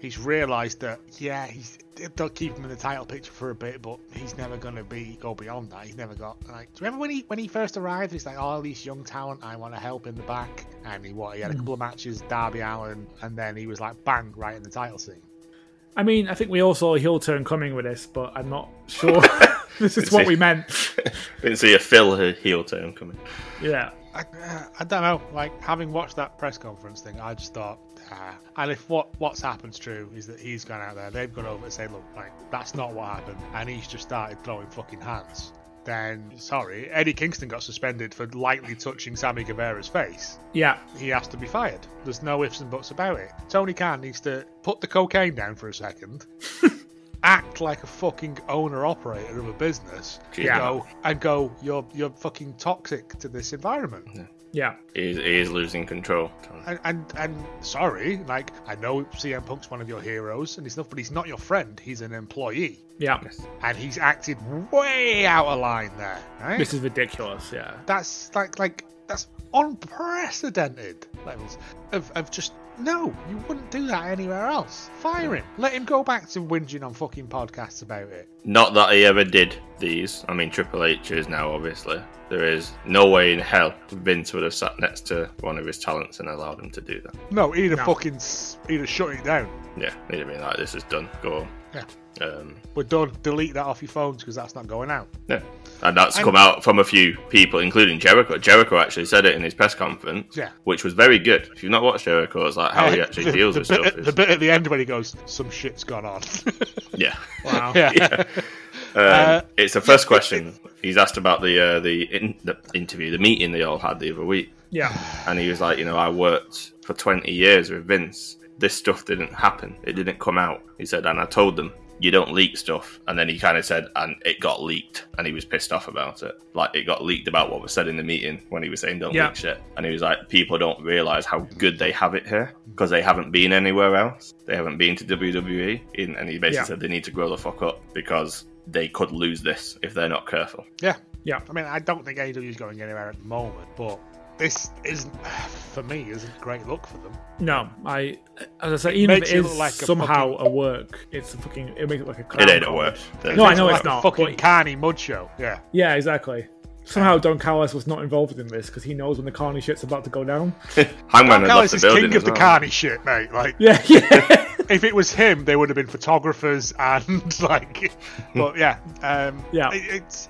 B: He's realised that yeah, he's they'll keep him in the title picture for a bit, but he's never gonna be go beyond that. He's never got like. Do you remember when he when he first arrived? He's like, oh, these young talent, I want to help in the back, and he what he had a couple of matches, Darby Allen, and then he was like bang right in the title scene.
C: I mean, I think we all saw a heel turn coming with this, but I'm not
B: (laughs)
C: sure (laughs) this is
A: It's
C: what
A: a-
C: we meant.
A: Didn't see a Phil he- heel turn coming.
C: Yeah.
B: I, uh, I don't know. Like having watched that press conference thing, I just thought, ah. and if what what's happened's true is that he's gone out there, they've gone over and said, look, like that's not what happened, and he's just started throwing fucking hands. Then sorry, Eddie Kingston got suspended for lightly touching Sammy Guevara's face.
C: Yeah.
B: He has to be fired. There's no ifs and buts about it. Tony Khan needs to put the cocaine down for a second. Act like a fucking owner operator of a business,
A: Yeah.
B: go, and go. You're you're fucking toxic to this environment
C: Yeah.
A: He is, he is losing control.
B: and, and and sorry, like I know CM Punk's one of your heroes and stuff, but he's not your friend. He's an employee,
C: Yeah.
B: and he's acted way out of line there. Right?
C: This is ridiculous. Yeah.
B: that's like like that's unprecedented levels of, of just no you wouldn't do that anywhere else fire him let him go back to whinging on fucking podcasts about it
A: Not that he ever did these. I mean, Triple H is now, obviously. There is no way in hell Vince would have sat next to one of his talents and allowed him to do that.
B: no he'd have
C: No.
B: fucking s- he'd have shut it down
A: Yeah, he'd have been like, this is done, go on.
B: yeah
A: Um,
B: we're done delete that off your phones because that's not going out
A: yeah. And that's
B: And-
A: come out from a few people, including Jericho. Jericho actually said it in his press conference,
B: Yeah.
A: which was very good. If you've not watched Jericho, it's like how he actually
B: the,
A: deals
B: Uh, (laughs) the
A: with
B: bit,
A: stuff.
B: the
A: Is,
B: bit at the end when he goes some shit's gone on (laughs)
A: Oh, yeah.
C: Wow.
B: yeah.
A: Um,
B: Uh,
A: it's the first question he's asked about the uh, the, in, the interview, the meeting they all had the other week,
C: Yeah.
A: and he was like, you know, I worked for twenty years with Vince. This stuff didn't happen. It didn't come out. He said, and I told them you don't leak stuff. And then he kind of said, and it got leaked, and he was pissed off about it. Like it got leaked about what was said in the meeting when he was saying don't
C: Yeah.
A: leak shit, and he was like, people don't realize how good they have it here because they haven't been anywhere else. They haven't been to WWE, in, and he basically
C: Yeah.
A: said they need to grow the fuck up because they could lose this if they're not careful.
B: Yeah.
C: Yeah.
B: I mean, I don't think AEW is going anywhere at the moment, but this isn't, (sighs) for me, isn't a great look for them.
C: No. I. As I say, even if
B: makes
C: it
B: you
C: is
B: look like a
C: somehow a work, it's a fucking. It makes it like a.
A: It ain't
C: clown
A: a
C: car.
A: work.
C: Oh, No, I
B: It's
C: know
B: like
C: it's
B: a
C: not,
B: Fucking
C: but-
B: carny mud show. Yeah.
C: Yeah. Exactly. Somehow Don Callis was not involved in this because he knows when the carny shit's about to go down. (laughs)
A: Hangman had left
B: Callis
A: the
B: is
A: building.
B: king
A: as
B: of the
A: well.
B: carny shit, mate. Like,
C: Yeah, yeah.
B: if it was him, they would have been photographers and (laughs) like,
A: Hmm.
B: but yeah, um,
C: Yeah.
B: it- it's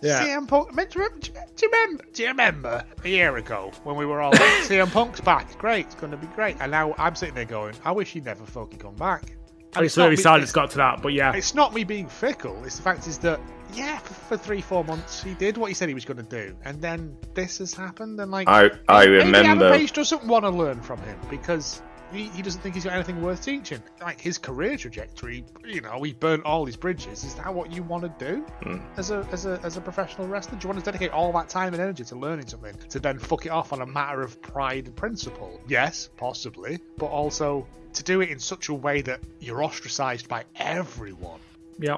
C: Yeah.
B: CM Punk. Do you, remember, do you remember? Do you remember a year ago when we were all like, (laughs) CM Punk's back? Great, it's going to be great. And now I'm sitting there going, I wish he'd never fucking come back. And
C: It's really
B: not me-
C: sad it's got to that, but yeah.
B: It's not me being fickle. It's the fact is that yeah, for, for three four months he did what he said he was going to do, and then this has happened. And like,
A: I I
B: Maybe Adam
A: remember.
B: Page doesn't want to learn from him because he, he doesn't think he's got anything worth teaching. Like his career trajectory, you know, he burnt all his bridges. Is that what you want to do
A: Hmm.
B: as a as a as a professional wrestler? Do you want to dedicate all that time and energy to learning something to then fuck it off on a matter of pride and principle? Yes, possibly, but also to do it in such a way that you're ostracized by everyone.
C: Yeah.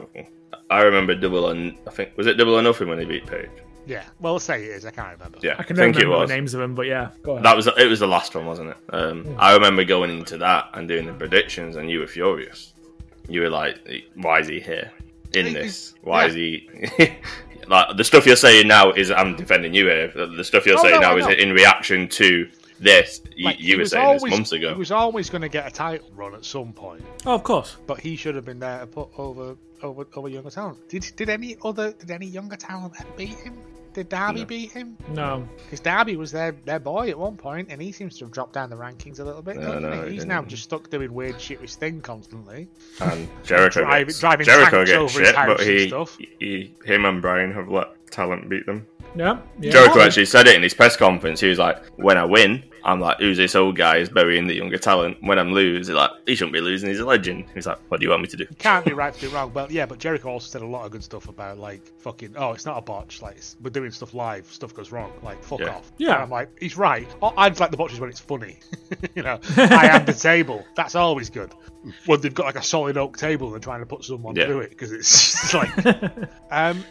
A: I remember double on. I think was it double or nothing when he beat Page.
B: Yeah, well, say it is. I can't remember.
A: Yeah,
C: I
A: I,
C: can never
A: think it
C: remember
A: was.
C: the names of them, but yeah. Go ahead.
A: That was it. Was the last one, wasn't it? Um, I remember going into that and doing the predictions, and you were furious. You were like, "Why is he here in
B: It-
A: this? Why is he?" (laughs) like the stuff you're saying now is I'm defending you here. The the stuff you're
B: Oh,
A: saying
B: no,
A: now
B: I
A: is
B: know.
A: in reaction to this. You,
B: Like, he
A: you were
B: was
A: saying this
B: always-
A: months ago.
B: He was always going to get a title run at some point.
C: oh, of course.
B: but he should have been there to put over over over younger talent. Did did any other did any younger talent beat him? Did Darby
A: No.
B: beat him?
C: No.
B: Because Darby was their their boy at one point, and he seems to have dropped down the rankings a little bit.
A: No,
B: doesn't he?
A: no, he
B: He's
A: didn't.
B: now just stuck doing weird shit with Sting constantly. (laughs)
A: and Jericho
B: Drive-
A: gets,
B: driving
A: Jericho
B: tanks
A: gets
B: over his
A: shit,
B: house
A: but
B: and
A: he,
B: stuff.
A: he him and Brian have let talent beat them.
C: Yeah. yeah.
A: Jericho actually said it in his press conference. He was like, "When I win, I'm like, who's this old guy? Is burying the younger talent. When I'm lose, he's like, he shouldn't be losing. He's a legend." He's like, "What do you want me to do?"
B: Can't be right to be wrong, but yeah. But Jericho also said a lot of good stuff about like fucking. Oh, it's not a botch. Like it's, we're doing stuff live. Stuff goes wrong. Like fuck
A: Yeah.
B: off.
C: Yeah.
B: And I'm like he's right. I I just like the botches when it's funny. (laughs) you know, I am the table. That's always good. When they've got like a solid oak table and they're trying to put someone
A: Yeah.
B: through it because it's (laughs) just like, um,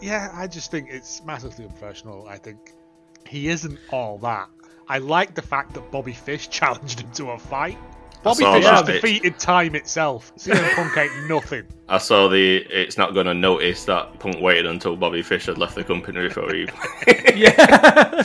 B: yeah. I just think it's massively unprofessional. I think he isn't all that. I like the fact that Bobby Fish (laughs) challenged him to a fight. Bobby
A: saw
B: Fish
A: that
B: was
C: (laughs)
A: bit.
B: defeated time itself. CM Punk ain't (laughs) nothing.
A: I saw the. It's not going to notice that Punk waited until Bobby Fish had left the company before he.
C: Yeah.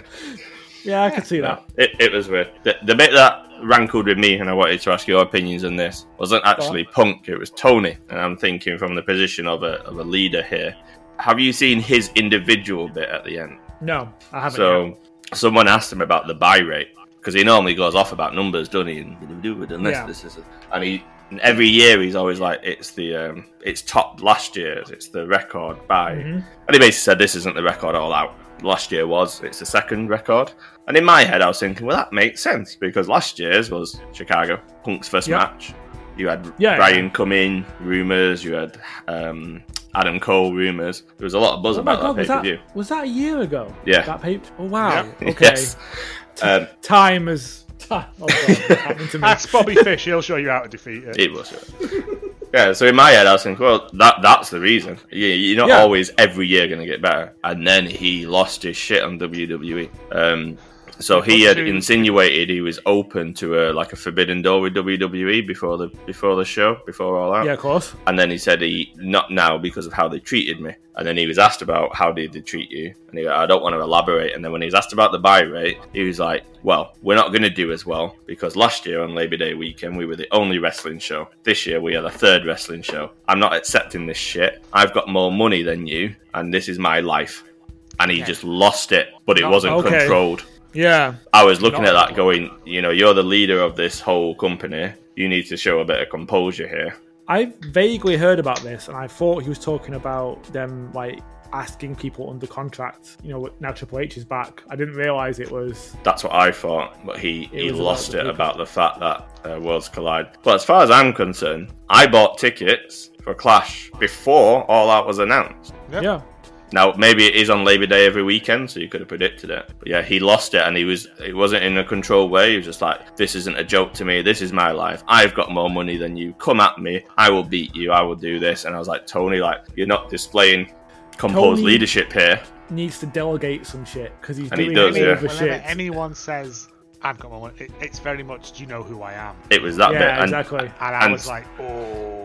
C: (laughs) yeah, I could see that.
A: it, it was weird. The, the bit that rankled with me, and I wanted to ask your opinions on this, wasn't actually Punk. It was Tony, and I'm thinking from the position of a of a leader here. Have you seen his individual bit at the end?
C: No, I haven't. yet.
A: So someone asked him about the buy rate because he normally goes off about numbers, doesn't he? And do it unless
C: Yeah.
A: this is, a- and he and every year he's always like, it's the um, it's top last year's, it's the record buy,
C: Mhm.
A: and he basically said this isn't the record all out. Last year was it's the second record, and in my head I was thinking, well that makes sense because last year's was Chicago Punk's first
C: Yep.
A: match. You had
C: Yeah,
A: Brian come in, rumors. You had um, Adam Cole, rumors. There was a lot of buzz
C: Oh my
A: about
C: god,
A: that
C: was
A: pay per view.
C: that was that a year ago?
A: uh, Yeah.
C: That paper. Oh wow.
B: Yeah.
C: Okay.
A: (laughs) Yes. Um,
C: Time is. Time. (laughs) Oh god, it's happened to me.
B: That's Bobby Fish. He'll show you how to defeat it.
A: It
C: (laughs)
A: was. yeah. yeah. So in my head, I was thinking, well, that that's the reason. Yeah, you're not
C: Yeah.
A: always every year going to get better. And then he lost his shit on WWE. Um, so he had
B: What's your-
A: insinuated he was open to a like a forbidden door with WWE before the before the show before all that.
C: (laughs) yeah, of course.
A: And then he said he not now because of how they treated me. And then he was asked about how did they treat you, and he go, I don't want to elaborate. And then when he was asked about the buy rate, he was like, "Well, we're not going to do as well because last year on Labor Day weekend we were the only wrestling show. This year we are the third wrestling show. I'm not accepting this shit. I've got more money than you, and this is my life." And he
B: Yeah.
A: just lost it, but it
B: Not-
A: wasn't
C: okay.
A: controlled.
C: Yeah.
A: I was looking
B: Not
A: at that
B: at
A: going, you know, you're the leader of this whole company. You need to show a bit of composure here.
C: I vaguely heard about this, and I thought he was talking about them like asking people under contract. You know, now Triple H is back. I didn't realize it was.
A: That's what I thought, but he,
C: It
A: he
C: was about
A: lost
C: the
A: it
C: people.
A: about the fact that uh, worlds collide. But as far as I'm concerned, I bought tickets for Clash before All Out was announced.
B: Yep.
C: Yeah.
A: Now maybe it is on Labor Day every weekend, so you could have predicted it. But yeah, he lost it, and he was it wasn't in a controlled way. He was just like, "This isn't a joke to me. This is my life. I've got more money than you. Come at me. I will beat you. I will do this." And I was like, "Tony, like you're not displaying composed
C: Tony-
A: leadership here."
C: Needs to delegate some shit because he's
A: And he
C: doing
A: does,
C: all
A: yeah.
C: the
B: Whenever
C: shit.
B: anyone says I've got my money, it, it's very much do you know who I am?
A: It was that bit,
C: yeah,
A: and
C: exactly.
B: And I
A: And-
B: was like, oh,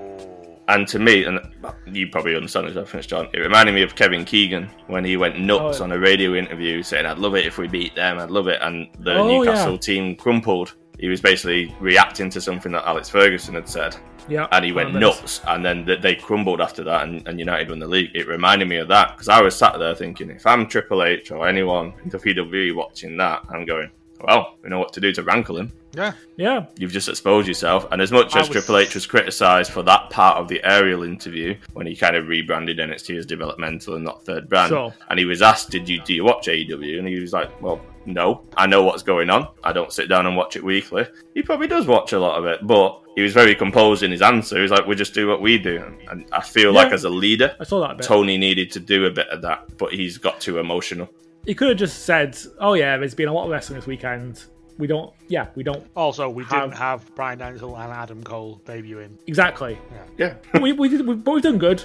A: And to me, and you probably understand this reference, John, it reminded me of Kevin Keegan when he went nuts
C: Oh.
A: on a radio interview saying, I'd love it if we beat them, I'd love it. And the
C: Oh,
A: Newcastle
C: yeah.
A: team crumpled. He was basically reacting to something that Alex Ferguson had said,
C: Yeah,
A: and he
C: I
A: went
C: remember this.
A: nuts. And then th- they crumbled after that, and, and United won the league. It reminded me of that because I was sat there thinking, if I'm Triple H or anyone in WWE watching that, I'm going, well, we know what to do to rankle him
B: Yeah.
C: Yeah,
A: you've just exposed yourself. And as much
B: I
A: as
B: was-
A: Triple H was criticised for that part of the aerial interview when he kind of rebranded NXT as developmental and not third brand,
C: Sure.
A: and he was asked, "Did you do you watch AEW?" And he was like, "Well." No, I know what's going on. I don't sit down and watch it weekly. He probably does watch a lot of it, but he was very composed in his answer. He was like, "We just do what we do." And I feel like
C: Yeah.
A: as a leader,
C: I saw that bit.
A: Tony needed to do a bit of that, but he's got too emotional.
C: He could have just said, "Oh yeah, there's been a lot of wrestling this weekend. We don't. Yeah, we don't
B: Also, we
C: Have-
B: didn't have Brian Daniel and Adam Cole debuting.
C: exactly.
A: Yeah,
C: we we did, we, but we've done good.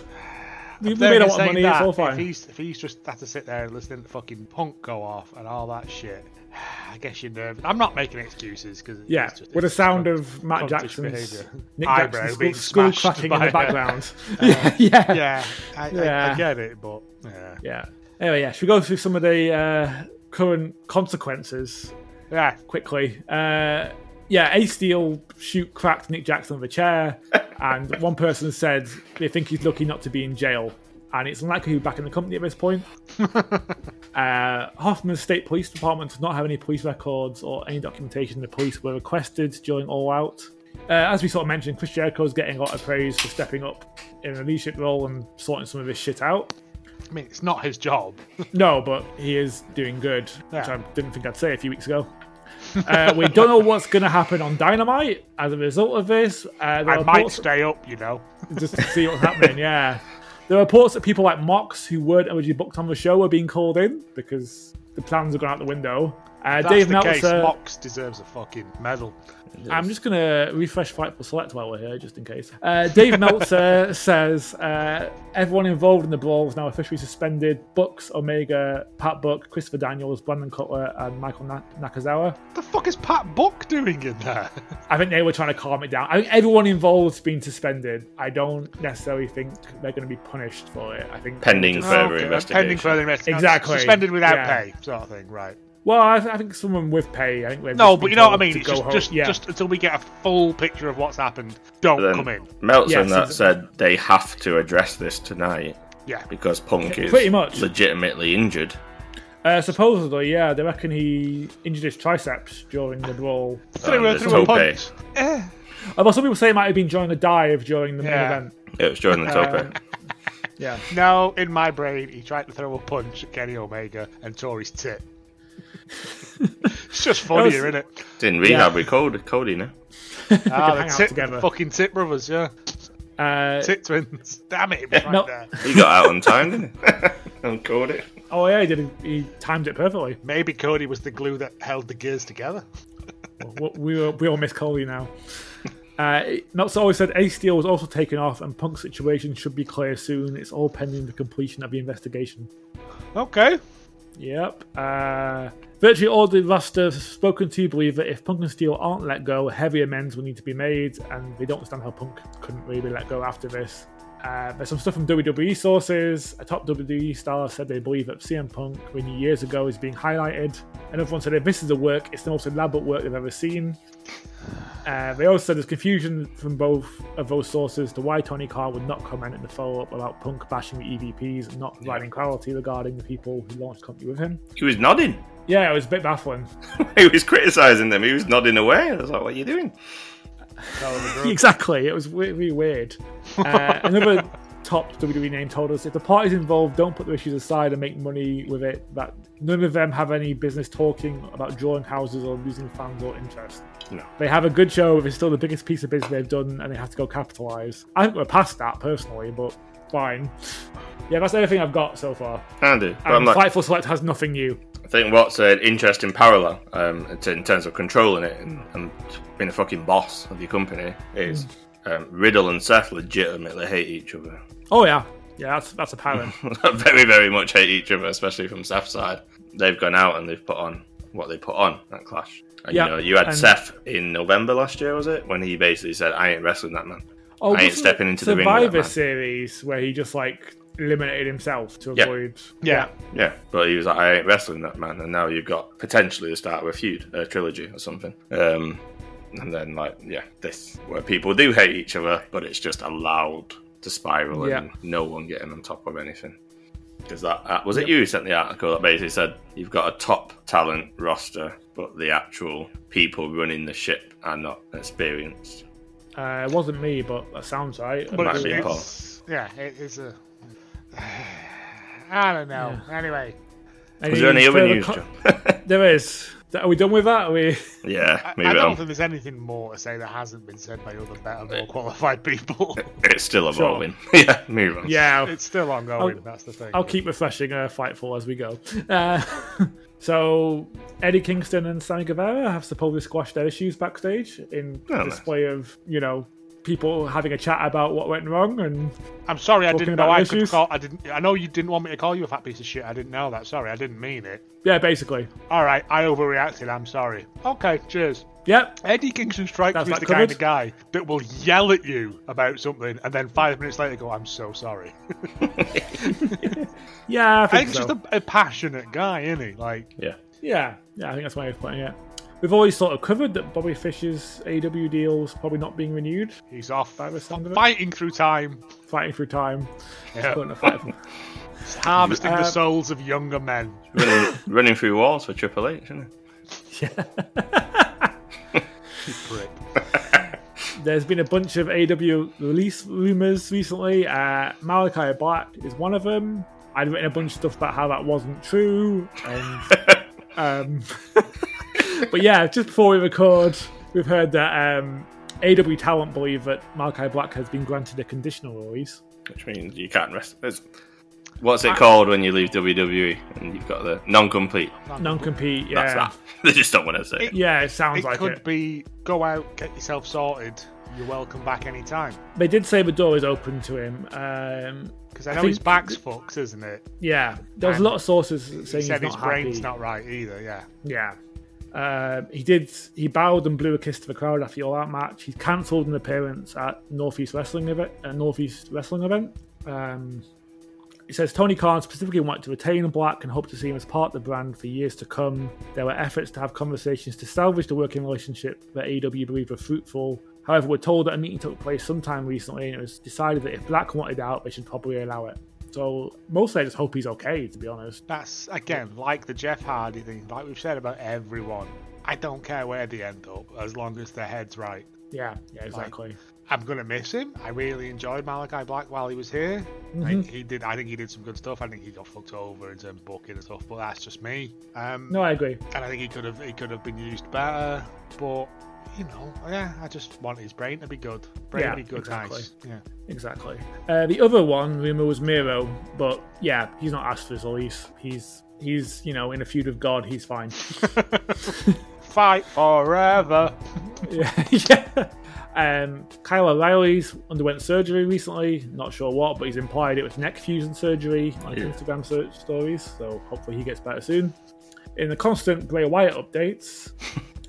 C: We, we
B: Though
C: made a
B: in
C: lot of
B: saying
C: money.
B: that,
C: it's all
B: If
C: fine.
B: he's, if he's just had to sit there and listen to fucking punk go off and all that shit, (sighs) I guess you're nervous. I'm not making excuses because
C: Yeah,
B: just,
C: with the
B: it's
C: sound
B: cunt-
C: of Matt
B: cuntish
C: Jackson's
B: behaviour.
C: (laughs) Nick
B: Eyebrow
C: Jackson's
B: being
C: skull, skull
B: smashed
C: cracking
B: by (laughs)
C: in the
B: a-
C: background. (laughs) yeah, yeah, yeah,
B: Yeah, I, I, I
C: Yeah.
B: get it, but yeah,
C: Anyway, yeah, should we go through some of the uh, current consequences
B: yeah.
C: quickly? Uh, yeah, A Steel shoot cracked Nick Jackson with a chair, and one person said they think he's lucky not to be in jail, and it's unlikely he'll be back in the company at this point. Uh, Hoffman's State Police Department does not have any police records or any documentation the police were requested during All Out. Uh, as we sort of mentioned, Chris Jericho's getting a lot of praise for stepping up in a leadership role and sorting some of this shit out.
B: I mean, it's not his job.
C: No, but he is doing good, which
B: Yeah.
C: I didn't think I'd say a few weeks ago. Uh, we don't know what's going to happen on Dynamite as a result of this. Uh, there
B: I
C: are
B: might
C: reports-
B: stay up, you know.
C: just to see what's happening. Yeah, there are reports that people like Mox, who weren't originally booked on the show, were being called in because the plans have gone out the window. Uh,
B: That's
C: Dave
B: the
C: Meltzer.
B: case. Mox deserves a fucking medal.
C: I'm just gonna refresh Fightful Select while we're here, just in case. Uh, Dave Meltzer says uh, everyone involved in the brawl is now officially suspended. Bucks, Omega, Pat Buck, Christopher Daniels, Brandon Cutler, and Michael Na- Nakazawa.
B: What the fuck is Pat Buck doing in there?
C: I think they were trying to calm it down. I think everyone involved's been suspended. I don't necessarily think they're going to be punished for it. I think
A: pending further
B: Okay,
A: investigation.
B: Pending further investigation.
C: Oh, Exactly.
B: Suspended without
C: Yeah.
B: pay, sort of thing, right?
C: Well, I, I think someone with pay. I think they've
B: No,
C: just
B: but
C: been
B: you know what I
C: told
B: mean.
C: to
B: It's
C: go
B: just,
C: home.
B: just,
C: yeah.
B: just until we get a full picture of what's happened,
A: (laughs)
B: don't
A: Then
B: come in.
A: Meltzer
C: Yes,
A: and that
C: it's-
A: said they have to address this tonight
B: Yeah,
A: because Punk is
C: pretty much.
A: legitimately injured.
C: uh, supposedly, yeah, they reckon he injured his triceps during the brawl.
B: threw her
A: the
B: through a
A: tope.
B: punch. Eh.
C: Although some people say it might have been during a dive during the
B: Yeah.
C: main event.
A: It was during the
C: Um,
A: tope.
C: Yeah.
B: No, in my brain, he tried to throw a punch at Kenny Omega and tore his
C: (laughs)
B: tit. it's just funnier,
C: That
B: isn't it?
A: Didn't rehab
C: yeah.
A: with Cody, Cody now.
B: Ah, the
C: hang out
B: tit,
C: together.
B: the fucking tit brothers, yeah,
C: Uh,
B: tit twins. (laughs) Damn it, it was right
C: No.
B: there.
A: He got out on time, didn't he? and Cody.
C: oh yeah, he did. He timed it perfectly.
B: Maybe Cody was the glue that held the gears together.
C: We- we, all- we all miss Coley now. Uh, Meltzer always said Ace Steel was also taken off, and Punk's situation should be clear soon. It's all pending the completion of the investigation.
B: Okay,
C: Yep. Uh, virtually all the roster spoken to believe that if Punk and Steel aren't let go, heavy amends will need to be made, and they don't understand how Punk couldn't really be let go after this. Uh, there's some stuff from WWE sources. A top WWE star said they believe that CM Punk, we knew years ago, is being highlighted. Another one said if this is the work, it's the most elaborate work they've ever seen. Uh, they also said there's confusion from both of those sources to why Tony Khan would not comment in the follow up about Punk bashing the EVPs and not providing clarity regarding the people who launched the company with him.
A: He was nodding. (laughs)
C: Yeah, it was a bit baffling. (laughs)
A: He was criticising them. He was nodding away. I was like, what are you doing?
C: (laughs) exactly, it was we- really weird.
A: (laughs)
C: Uh, another top WWE name told us if the parties involved don't put their issues aside and make money with it, that none of them have any business talking about drawing houses or losing fans or interest.
A: No.
C: They have a good show, but it's still the biggest piece of business they've done, and they have to go capitalise. I think we're past that personally, but fine. Yeah, that's everything I've got so far.
A: I do. But I'm
C: And
A: like,
C: Fightful Select has nothing new.
A: I think what's an interesting parallel um, t- in terms of controlling it and, and being a fucking boss of your company is
C: Mm.
A: um, Riddle and Seth legitimately hate each other.
C: Oh yeah, yeah, that's that's apparent.
A: (laughs) very, very much hate each other, especially from Seth's side. They've gone out and they've put on what they put on at Clash. And
C: Yeah,
A: you know, you had
C: and-
A: Seth in November last year, was it? When he basically said, I ain't wrestling that man.
C: Oh,
A: I ain't
C: wasn't
A: stepping into the ring with that
C: Survivor
A: man.
C: series where he just like eliminated himself to
A: Yeah.
C: avoid.
B: Yeah.
A: Yeah, but he was like, I ain't wrestling that man, and now you've got potentially the start of a feud, a trilogy or something. Um, and then like, yeah, this where people do hate each other, but it's just allowed to spiral
C: Yeah.
A: and no one getting on top of anything. Because that uh, was it. You who sent the article that basically said you've got a top talent roster, but the actual people running the ship are not experienced.
C: Uh, it wasn't me, but that sounds right.
A: Might
B: But
A: be
B: it's,
A: Paul.
B: it's- yeah, it is a. (sighs) I don't know. Anyway,
A: Was there any other
C: further
A: news,
C: co-
A: John? (laughs)
C: There is. Are we done with that? Are we?
A: yeah,
B: I,
A: move
B: I
A: it
B: don't
A: on.
B: think there's anything more to say that hasn't been said by other better, more qualified people. (laughs)
A: It's still evolving. (laughs) yeah, move on.
C: Yeah.
B: it's still ongoing. that's the thing.
C: I'll keep refreshing uh, Fightful as we go. Uh, (laughs) so Eddie Kingston and Sammy Guevara have supposedly squashed their issues backstage in
A: Oh, nice.
C: display of you know people having a chat about what went wrong and
B: I'm sorry, I
C: Talking
B: didn't know
C: about
B: I could
C: issues?
B: call. I didn't. I know you didn't want me to call you a fat piece of shit. I didn't know that. Sorry, I didn't mean it.
C: yeah, basically.
B: All right, I overreacted. I'm sorry. Okay, cheers.
C: Yep.
B: Eddie Kingston strikes
C: That's
B: me as
C: that
B: the
C: covered.
B: kind of guy that will yell at you about something and then five minutes later go, "I'm so
C: (laughs)
B: sorry."
C: Yeah, I
B: I
C: think
B: think
C: so.
B: he's just a, a passionate guy, isn't he? Like,
A: Yeah.
C: Yeah, yeah, I think that's my way of putting it. We've always sort of covered that Bobby Fish's AW deal's probably not being renewed,
B: he's off
C: by the sound of it.
B: fighting through time,
C: Fighting through time.
B: Yeah.
C: Putting a fight-
B: harvesting
C: Uh,
B: the souls of younger men.
A: running, running through walls for Triple H, isn't it?
B: Prick.
C: There's been a bunch of AW release rumors recently. Uh, Malachi Black is one of them. I'd written a bunch of stuff about how that wasn't true. And, um, but yeah, just before we record, we've heard that um, AW Talent believe that Malachi Black has been granted a conditional release.
A: Which means you can't rest. It's, what's it called when you leave WWE and you've got the non-complete?
C: Non compete, yeah.
A: That's that. (laughs) They just don't want to say it.
C: Yeah, it sounds
B: It
C: like
B: could
C: it.
B: be go out, get yourself sorted. You're welcome back anytime.
C: They did say the door is open to him. Um,
B: Because I
C: I
B: know
C: think-
B: his back's fucked, isn't it?
C: yeah, there was a
B: And
C: lot of sources
B: He
C: saying
B: said
C: he's
B: his
C: not
B: brain's
C: happy.
B: not right either. Yeah.
C: Yeah. Um, he did. He bowed and blew a kiss to the crowd after the All Out match. He cancelled an appearance at Northeast Wrestling event. A Northeast Wrestling event. Um, it says Tony Khan specifically wanted to retain Black and hoped to see him as part of the brand for years to come. There were efforts to have conversations to salvage the working relationship that AEW believed were fruitful. However, we're told that a meeting took place sometime recently, and it was decided that if Black wanted out, they should probably allow it. So mostly, I just hope he's okay. To be honest,
B: That's again like the Jeff Hardy thing, like we've said about everyone. I don't care where they end up, as long as their head's right.
C: yeah, yeah, exactly.
B: I'm gonna miss him. I really enjoyed Malachi Black while he was here. Like,
C: Mm-hmm.
B: he did. I think he did some good stuff. I think he got fucked over in terms of booking and stuff, but that's just me. Um,
C: No, I agree.
B: and I think he could have he could have been used better, but. You know, yeah, I just want his brain to be good. Brain
C: Yeah,
B: to be good,
C: exactly.
B: nice. Yeah.
C: Exactly. Uh, the other one rumor was Miro, but yeah, he's not asked for his release. He's he's you know in a feud with God. He's fine.
B: Fight forever.
C: yeah. (laughs) yeah. Um, Kyle O'Reilly's underwent surgery recently. Not sure what, but he's implied it was neck fusion surgery on his
A: Yeah.
C: Instagram search stories. So hopefully he gets better soon. In the constant Bray Wyatt updates,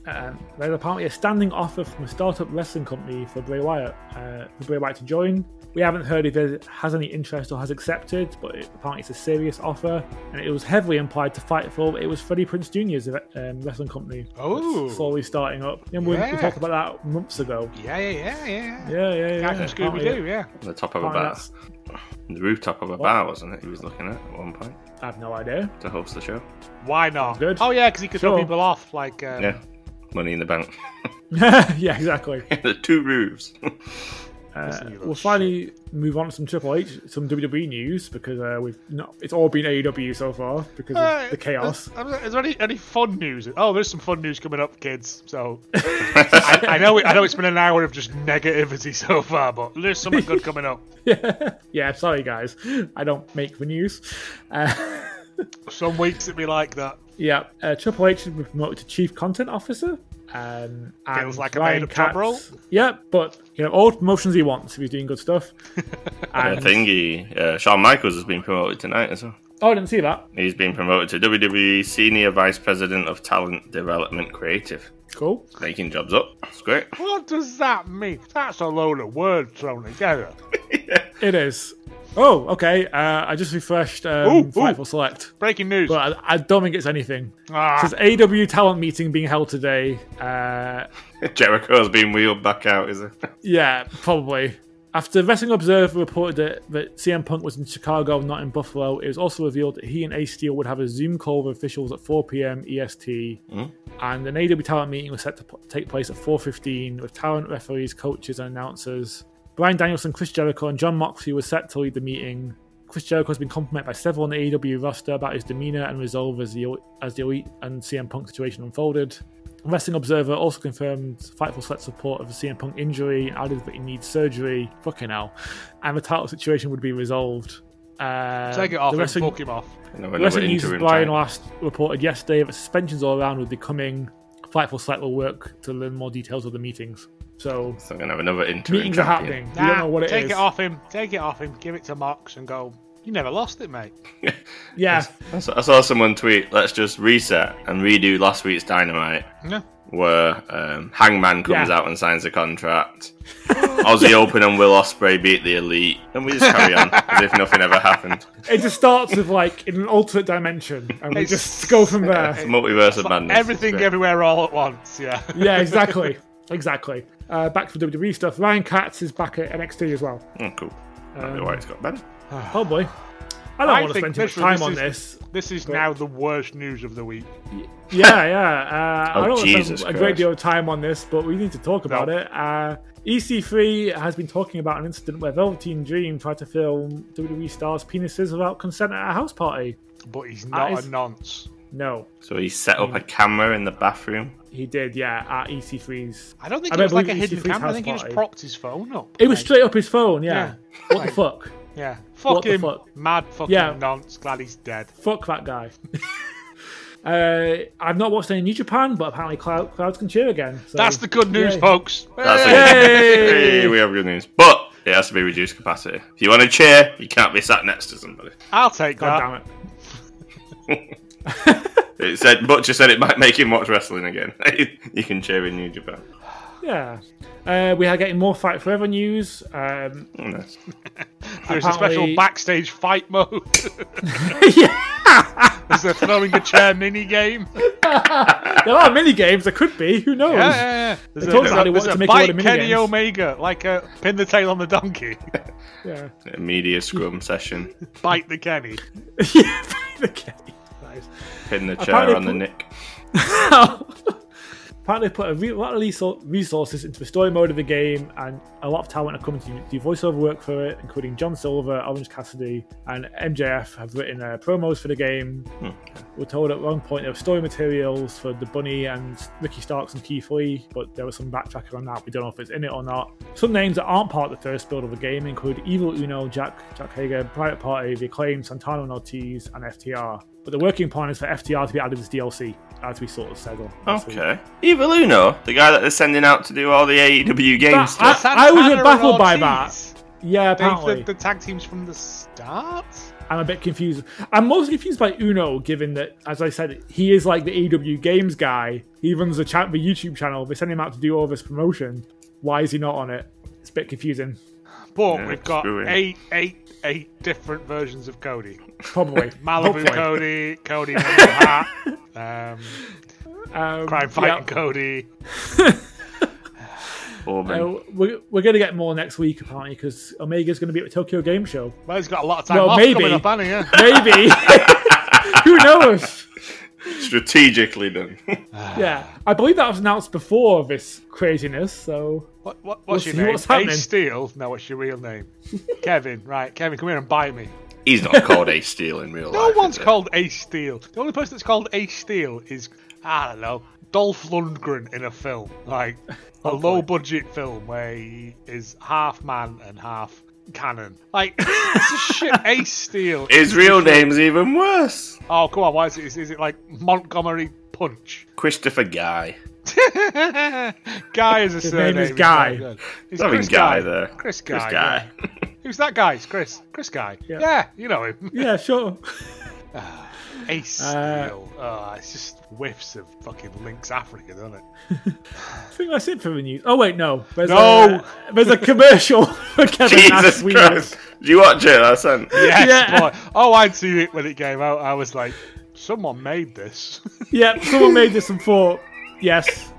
C: um, there's apparently a standing offer from a startup wrestling company for Bray Wyatt, uh, for Bray Wyatt to join. We haven't heard if it has any interest or has accepted, but it, apparently it's a serious offer, and it was heavily implied to fight for. It was Freddie Prince Jr.'s um, wrestling company
B: Oh.
C: slowly starting up. And we, we
B: Yeah.
C: talked about that months ago.
B: Yeah, yeah, yeah, yeah.
C: Yeah, yeah, yeah.
B: yeah. Guy from Scooby Doo, yeah.
A: The top of a
C: Apparently
A: bar,
C: that's-
A: the rooftop of a bar, wasn't it? He was looking at at one point
C: I have no idea. (laughs)
A: to host the show.
B: Why not?
C: good.
B: Oh yeah, because he could throw
C: Sure.
B: people off. Like, um,
A: Yeah, money in the bank. (laughs)
C: yeah, exactly.
A: the two roofs. (laughs)
C: Uh,
B: you little
C: we'll finally move on to some Triple H, some WWE news because uh, we've not. It's all been AEW so far because
B: uh,
C: of the chaos. (laughs)
B: Is, is there any, any fun news? Oh, there's some fun news coming up, kids.
C: (laughs)
B: So I, I know I know it's been an hour of just negativity so far, but there's something good coming up.
C: yeah, sorry guys, I don't make the news. Uh, (laughs)
B: Some weeks it'd be like that.
C: yeah, uh, Triple H has been promoted to Chief Content Officer. Um, and
B: Feels like a
C: Ryan
B: made-up job
C: Katz-
B: role.
C: Yeah, but you know all
B: (laughs)
C: promotions he wants if he's doing good stuff.
A: I
C: And-
A: think he, uh, Shawn Michaels has been promoted tonight as well.
C: Oh, I didn't see that.
A: He's been promoted to WWE Senior Vice President of Talent Development Creative.
C: Cool.
A: Making jobs up. It's great. (laughs)
B: What does that mean? That's a load of words thrown together.
C: It is. Oh, okay. Uh, I just refreshed um,
B: Ooh, ooh.
C: Fightful Select,
B: Breaking news.
C: but I, I don't think it's anything.
B: Ah,
C: It says AW talent meeting being held today. Uh,
A: Jericho's been wheeled back out,
C: (laughs)
A: is it?
C: yeah, probably. After Wrestling Observer reported that, that CM Punk was in Chicago, not in Buffalo, it was also revealed that he and Ace Steel would have a Zoom call with officials at 4 p.m. EST, and an AW talent meeting was set to p- take place at 4:15 with talent, referees, coaches, and announcers. Brian Danielson, Chris Jericho, and John Moxley were set to lead the meeting. Chris Jericho has been complimented by several on the AEW roster about his demeanor and resolve as the as the elite and CM Punk situation unfolded. Wrestling Observer also confirmed Fightful Select support of the CM Punk injury, added that he needs surgery, fucking hell, and the title situation would be resolved. Uh,
B: take it off
C: the
B: and
C: wrestling-
B: fuck him off.
A: You know, another
C: Wrestling News'
A: interim
C: Brian
A: champ.
C: last reported yesterday that suspensions all around would be coming. Fightful Select will work to learn more details of the meetings. So
A: So I'm gonna have another interim
C: meetings are
A: champion.
C: happening. we
B: Nah,
C: don't know what it
B: take
C: is.
B: it off him. Take it off him. Give it to Mox and go. You never lost it, mate.
C: (laughs) Yeah,
A: I saw, I saw someone tweet, "Let's just reset and redo last week's Dynamite."
B: No.
A: Where um, Hangman comes
C: Yeah.
A: out and signs a
C: (laughs)
A: contract. Aussie Open and Will Osprey beat the Elite, and we just carry
C: (laughs)
A: on as if nothing ever happened.
C: it just starts with like in an alternate dimension, and we
B: It's-
C: just go from
A: It's
B: (laughs)
C: there.
A: a multiverse of
B: It's like
A: madness. It's
B: everything,
A: great.
B: everywhere, all at once. Yeah.
C: yeah, exactly, exactly. Uh, back to the WWE stuff. Ryan Katz is back at NXT as well.
A: Mm, cool. Might be why
C: Um,
A: it's got better.
C: Probably. Oh, I don't
B: I
C: want to
B: think
C: spend too much
B: literally
C: time on this.
B: (laughs) This is now the worst news of the week.
C: Yeah, yeah. Uh,
A: Oh,
C: I don't want to
A: Jesus
C: spend a
A: Christ.
C: great deal of time on this, but we need to talk about it. Uh, EC3 has been talking about an incident where Velveteen Dream tried to film WWE stars' penises without consent at a house party.
B: But he's not
C: That is-
B: a nonce.
C: No,
A: So he set up a camera in the bathroom.
C: he did, yeah, at E EC3's.
B: I don't think
C: I
B: it was
C: don't
B: like a
C: believe
B: hidden
C: EC3's
B: camera. I think he
C: house
B: just
C: party.
B: propped his phone up.
C: It was straight up his phone, yeah. What the
B: Like,
C: fuck?
B: Yeah.
C: What
B: Fuck
C: the
B: him.
C: fuck?
B: Mad fucking
C: Yeah.
B: nonce. Glad he's dead.
C: Fuck that guy. (laughs) uh, I've not watched any New Japan, but apparently cloud, clouds can cheer again. so-
B: That's the good news,
C: Yay.
B: folks.
A: That's
B: Hey!
A: it. (laughs)
C: Yay!
A: Hey, we have good news, but it has to be reduced capacity. If you want to cheer, you can't be sat next to somebody.
B: I'll take
C: God
B: that.
C: damn it.
A: It said Butcher said it might make him watch wrestling again. (laughs) you can cheer in New Japan.
C: Yeah. Uh, we are getting more Fight Forever news. Um,
A: Oh, nice.
B: There's a
C: Apparently-
B: special backstage fight mode.
C: (laughs)
B: (laughs)
C: yeah,
B: Is there throwing a chair mini game? Yeah,
C: there are mini games. There could be. Who knows?
B: yeah, yeah. There's
C: They told us how they
B: there's a
C: wanted to make a load of
B: bite Kenny
C: minigames.
B: Omega, like a pin the tail on the donkey. (laughs)
C: Yeah. (laughs)
A: A media scrum session.
B: bite the Kenny.
C: Yeah, the game. Nice.
A: Pin the
C: Apparently
A: chair on the nick.
C: Apparently, put a re- lot of resou- resources into the story mode of the game, and a lot of talent are coming to do voiceover work for it, including John Silver, Orange Cassidy, and MJF have written uh, promos for the game. We're told at one point there were story materials for the Bunny and Ricky Starks and Keith Lee, but there was some backtracking on that. We don't know if it's in it or not. Some names that aren't part of the first build of the game include Evil Uno, Jack, Jack Hager, Private Party, The Acclaim, Santana and Ortiz, and FTR. But the working plan is for FTR to be added as DLC, as we sort of said. on- last week.
A: Okay. Evil Uno, the guy that they're sending out to do all the AEW game
C: That-
A: stuff.
B: (laughs)
C: I was
B: Santana
C: baffled
B: and
C: by
B: Ortiz.
C: Yeah,
B: They,
C: apparently.
B: the, the tag teams from the start?
C: I'm a bit confused. I'm mostly confused by Uno, given that, as I said, he is like the AW Games guy. He runs the, cha- the YouTube channel. They send him out to do all this promotion. Why is he not on it? It's a bit confusing.
B: But
A: Yeah,
B: we've got
A: screw him.
B: eight, eight, eight different versions of Cody. (laughs)
C: Probably.
B: Malibu
C: Hopefully.
B: Cody,
C: (laughs)
B: Cody with the hat, um,
C: Um,
B: crime
C: yeah.
B: fighting Cody.
A: Orban.
C: Uh, we're we're going to get more next week, apparently, because Omega's going to be at the Tokyo Game Show.
B: Well, he's got a lot of time
C: Well,
B: off
C: maybe.
B: coming up, hasn't he? Yeah.
C: Maybe. (laughs) Who knows?
B: (sighs)
A: Strategically done. (laughs)
C: Yeah. I believe that was announced before this craziness, so.
B: What, what, what's
C: We'll see
B: your name?
C: what's happening.
B: Ace Steel? No, what's your real
C: (laughs)
B: name? Kevin, right. Kevin, come here and bite me.
A: He's not called Ace Steel in real
B: No
A: life.
B: one's
A: is he?
B: called Ace Steel. The only person that's called Ace Steel is, I don't know, Dolph Lundgren in a film. Like, a low budget film where he is half man and half cannon. Like, it's a
C: (laughs)
B: shit. Ace Steel.
A: His real name's even worse.
B: Oh, come on. Why is it, is, is it like Montgomery Punch? (laughs)
A: Christopher Guy.
B: Guy is a surname.
C: name is
B: it's
C: Guy.
B: not good. It's
A: Having
B: Chris
A: Guy there.
B: Chris Guy.
A: Chris
B: yeah.
A: Guy.
B: Who's that guy? It's Chris. Chris Guy. Yeah, you know him.
C: Yeah, sure.
B: Ah, Ace
C: Uh,
B: Steel. Ah, it's just whiffs of fucking Lynx Africa, doesn't it?
C: I think that's it for the news. Oh wait, no. There's
B: No!
C: A, there's
A: (laughs)
C: a commercial for Kevin Nash
A: Jesus
C: Wheels.
A: Christ! Did you watch it? I sent.
B: Yes,
C: (laughs) Yeah.
B: boy. Oh, I'd seen it when it came out. I was like, someone made this. (laughs)
C: Yep, someone made this and thought,
A: (laughs)
C: yes.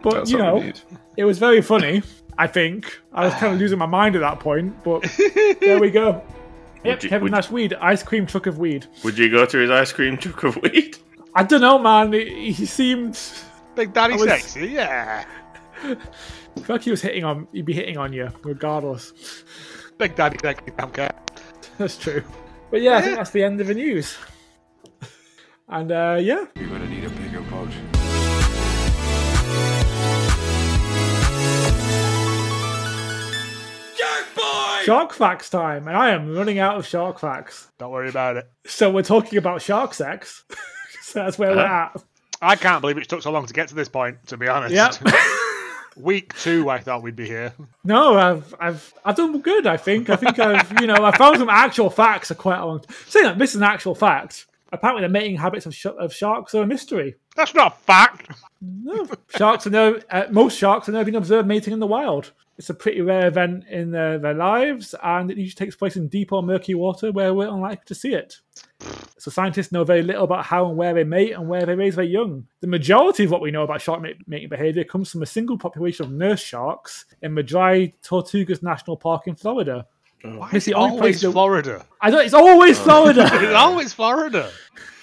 C: but
A: That's
C: you
A: what we
C: know,
A: need.
C: it was very funny. I think I
A: (sighs)
C: was kind of losing my mind at that point, but there
A: (laughs)
C: we go. Yep,
A: Would you-
C: Kevin
A: would-
C: Nash weed, ice cream truck of weed.
A: Would you go to his ice cream (laughs) truck of weed?
C: I don't know, man. He, he seemed
B: Big Daddy
C: was-
B: Sexy, yeah.
C: I felt like he was hitting on. He'd be hitting on you regardless. (laughs)
B: Big Daddy Sexy, don't care.
C: That's true. But yeah, I think that's the end of the news. And uh, yeah,
D: You're gonna need a bigger boat.
C: shark facts time, and I am running out of shark facts.
B: Don't worry about it.
C: So we're talking about shark sex. (laughs) so that's where we're at.
B: I can't believe it took so long to get to this point, to be honest.
C: Yep.
B: (laughs) Week two, I thought we'd be here.
C: No, I've I've I've done good. I think. I think I've you know I found some actual facts are quite a long. Saying that this is an actual fact. Apparently, the mating habits of, sh- of sharks are a mystery.
B: That's not a fact.
C: No, (laughs) sharks are no. Uh, most sharks are never been observed mating in the wild. It's a pretty rare event in their, their lives, and it usually takes place in deep or murky water where we're unlikely to see it. So scientists know very little about how and where they mate and where they raise their young. The majority of what we know about shark mate- mating behavior comes from a single population of nurse sharks in Madry Tortugas National Park in Florida.
B: Why
C: It's
B: is
C: the
B: it
C: only
B: always
C: place
B: Oh.
C: that-
B: Florida?
C: I don't. It's always
B: It's (laughs)
C: Florida.
B: always Florida. (laughs)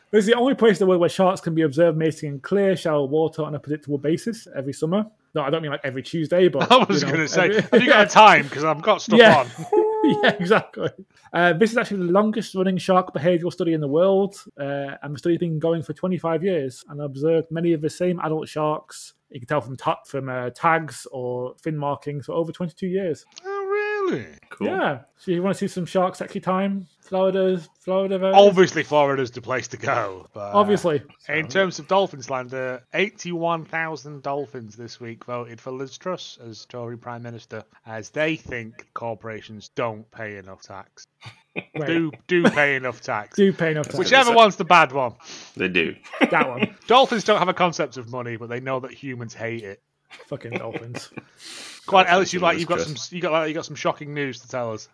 C: This is the only place in the world where sharks can be observed mating in clear, shallow water on a predictable basis every summer. No, I don't mean like every Tuesday,
B: (laughs)
C: but
B: I was
C: you know,
B: going to say,
C: every- (laughs)
B: have you got a time? Because I've got stuff
C: Yeah.
B: on.
C: yeah, exactly. Uh, this is actually the longest running shark behavioral study in the world, uh, and the study's been going for 25 years and observed many of the same adult sharks. You can tell from ta- from uh, tags or fin markings for over 22 years.
B: Oh, really?
A: Cool.
C: Yeah. So you want to see some shark sexy time? Florida, Florida. there it is.
B: Obviously, Florida's the place to go. But uh,
C: Obviously.
B: In terms of Dolphin slander, 81,000 Dolphins this week voted for Liz Truss as Tory Prime Minister, as they think corporations don't pay enough
C: (laughs)
B: tax.
C: Wait,
B: Do do pay enough tax.
C: do pay enough. attention.
B: Whichever one's the bad one.
A: They do.
C: that one.
B: Dolphins don't have a concept of money, but they know that humans hate it.
C: Fucking
B: (laughs)
C: dolphins.
B: Go on,
A: Dolphins
B: Ellis, you
A: are
B: like
A: Liz
B: you've got some
A: Truss.
B: you got like, you got some shocking news to tell us.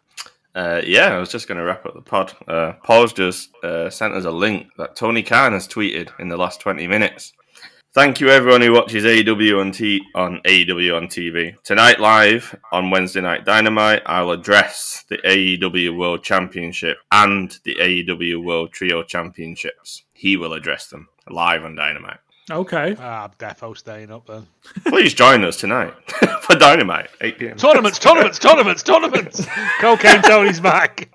A: Uh, yeah, I was just going to wrap up the pod. Uh, Paul's just uh, sent us a link that Tony Khan has tweeted in the last 20 minutes. Thank you, everyone who watches AEW on, T- on AEW on TV. Tonight, live on Wednesday Night Dynamite, I'll address the AEW World Championship and the AEW World Trio Championships. He will address them live on Dynamite.
C: Okay.
B: Ah, Defo staying up then.
A: Please join us tonight (laughs) for Dynamite, 8 p.m.
B: Tournaments, tournaments, tournaments,
C: (laughs)
B: tournaments. Cocaine Tony's back.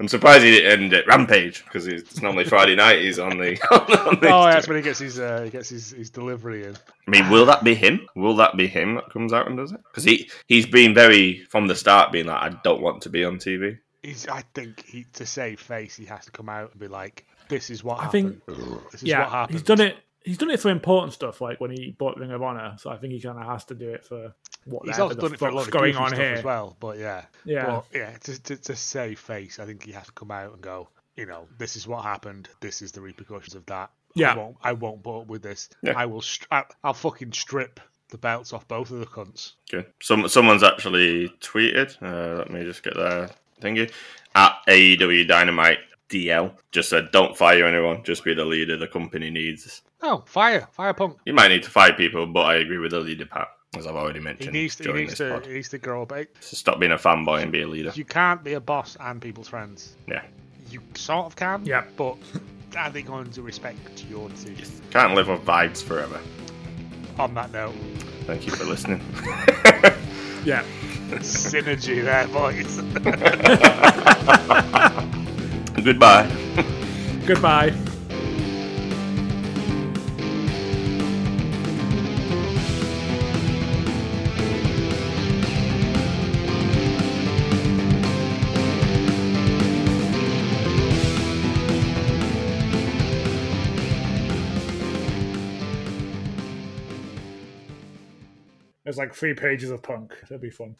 A: I'm surprised he didn't end at Rampage because it's normally Friday night. He's on the. (laughs) On the
B: Oh, yeah, that's when he gets his uh, he gets his, his delivery in.
A: I mean, will that be him? Will that be him that comes out and does it? Because he he's been very from the start, being like, I don't want to be on TV.
B: He's, I think he, to save face, he has to come out and be like, "This is what
C: I
B: happened.
C: think-
B: this is what
C: Yeah.
B: happened."
C: He's done it. He's done it for important stuff, like when he bought Ring of Honor. So I think he kind of has to do it for what
B: He's
C: the
B: also
C: heck
B: done
C: the
B: it for a
C: fuck's
B: lot of
C: going
B: goofy
C: on
B: stuff
C: here.
B: as well. But yeah,
C: Yeah.
B: But yeah, to, to, to save face, I think he has to come out and go, you know, this is what happened. This is the repercussions of that.
C: Yeah.
B: I won't, I won't put up with this.
A: Yeah.
B: I will. Str- I, I'll fucking strip the belts off both of the cunts.
A: Good. Some someone's actually tweeted. Uh, let me just get their thingy at AEW Dynamite DL. Just said, don't fire anyone. Just be the leader the company needs.
B: Oh, fire, fire punk.
A: You might need to fire people, but I agree with the leader part, as I've already
B: He
A: mentioned
B: needs to. He
A: during
B: needs
A: this
B: to.
A: pod.
B: He needs to grow up.
A: So stop being a fanboy and be a leader.
B: You can't be a boss and people's friends.
A: Yeah.
B: You sort of can.
C: Yeah.
B: But are they going to respect your decision?
A: Can't live off vibes forever.
B: On that note,
A: Thank you for listening. (laughs)
C: Yeah.
B: synergy there, boys.
A: Goodbye.
C: Goodbye. There's like three pages of punk. That'd be fun.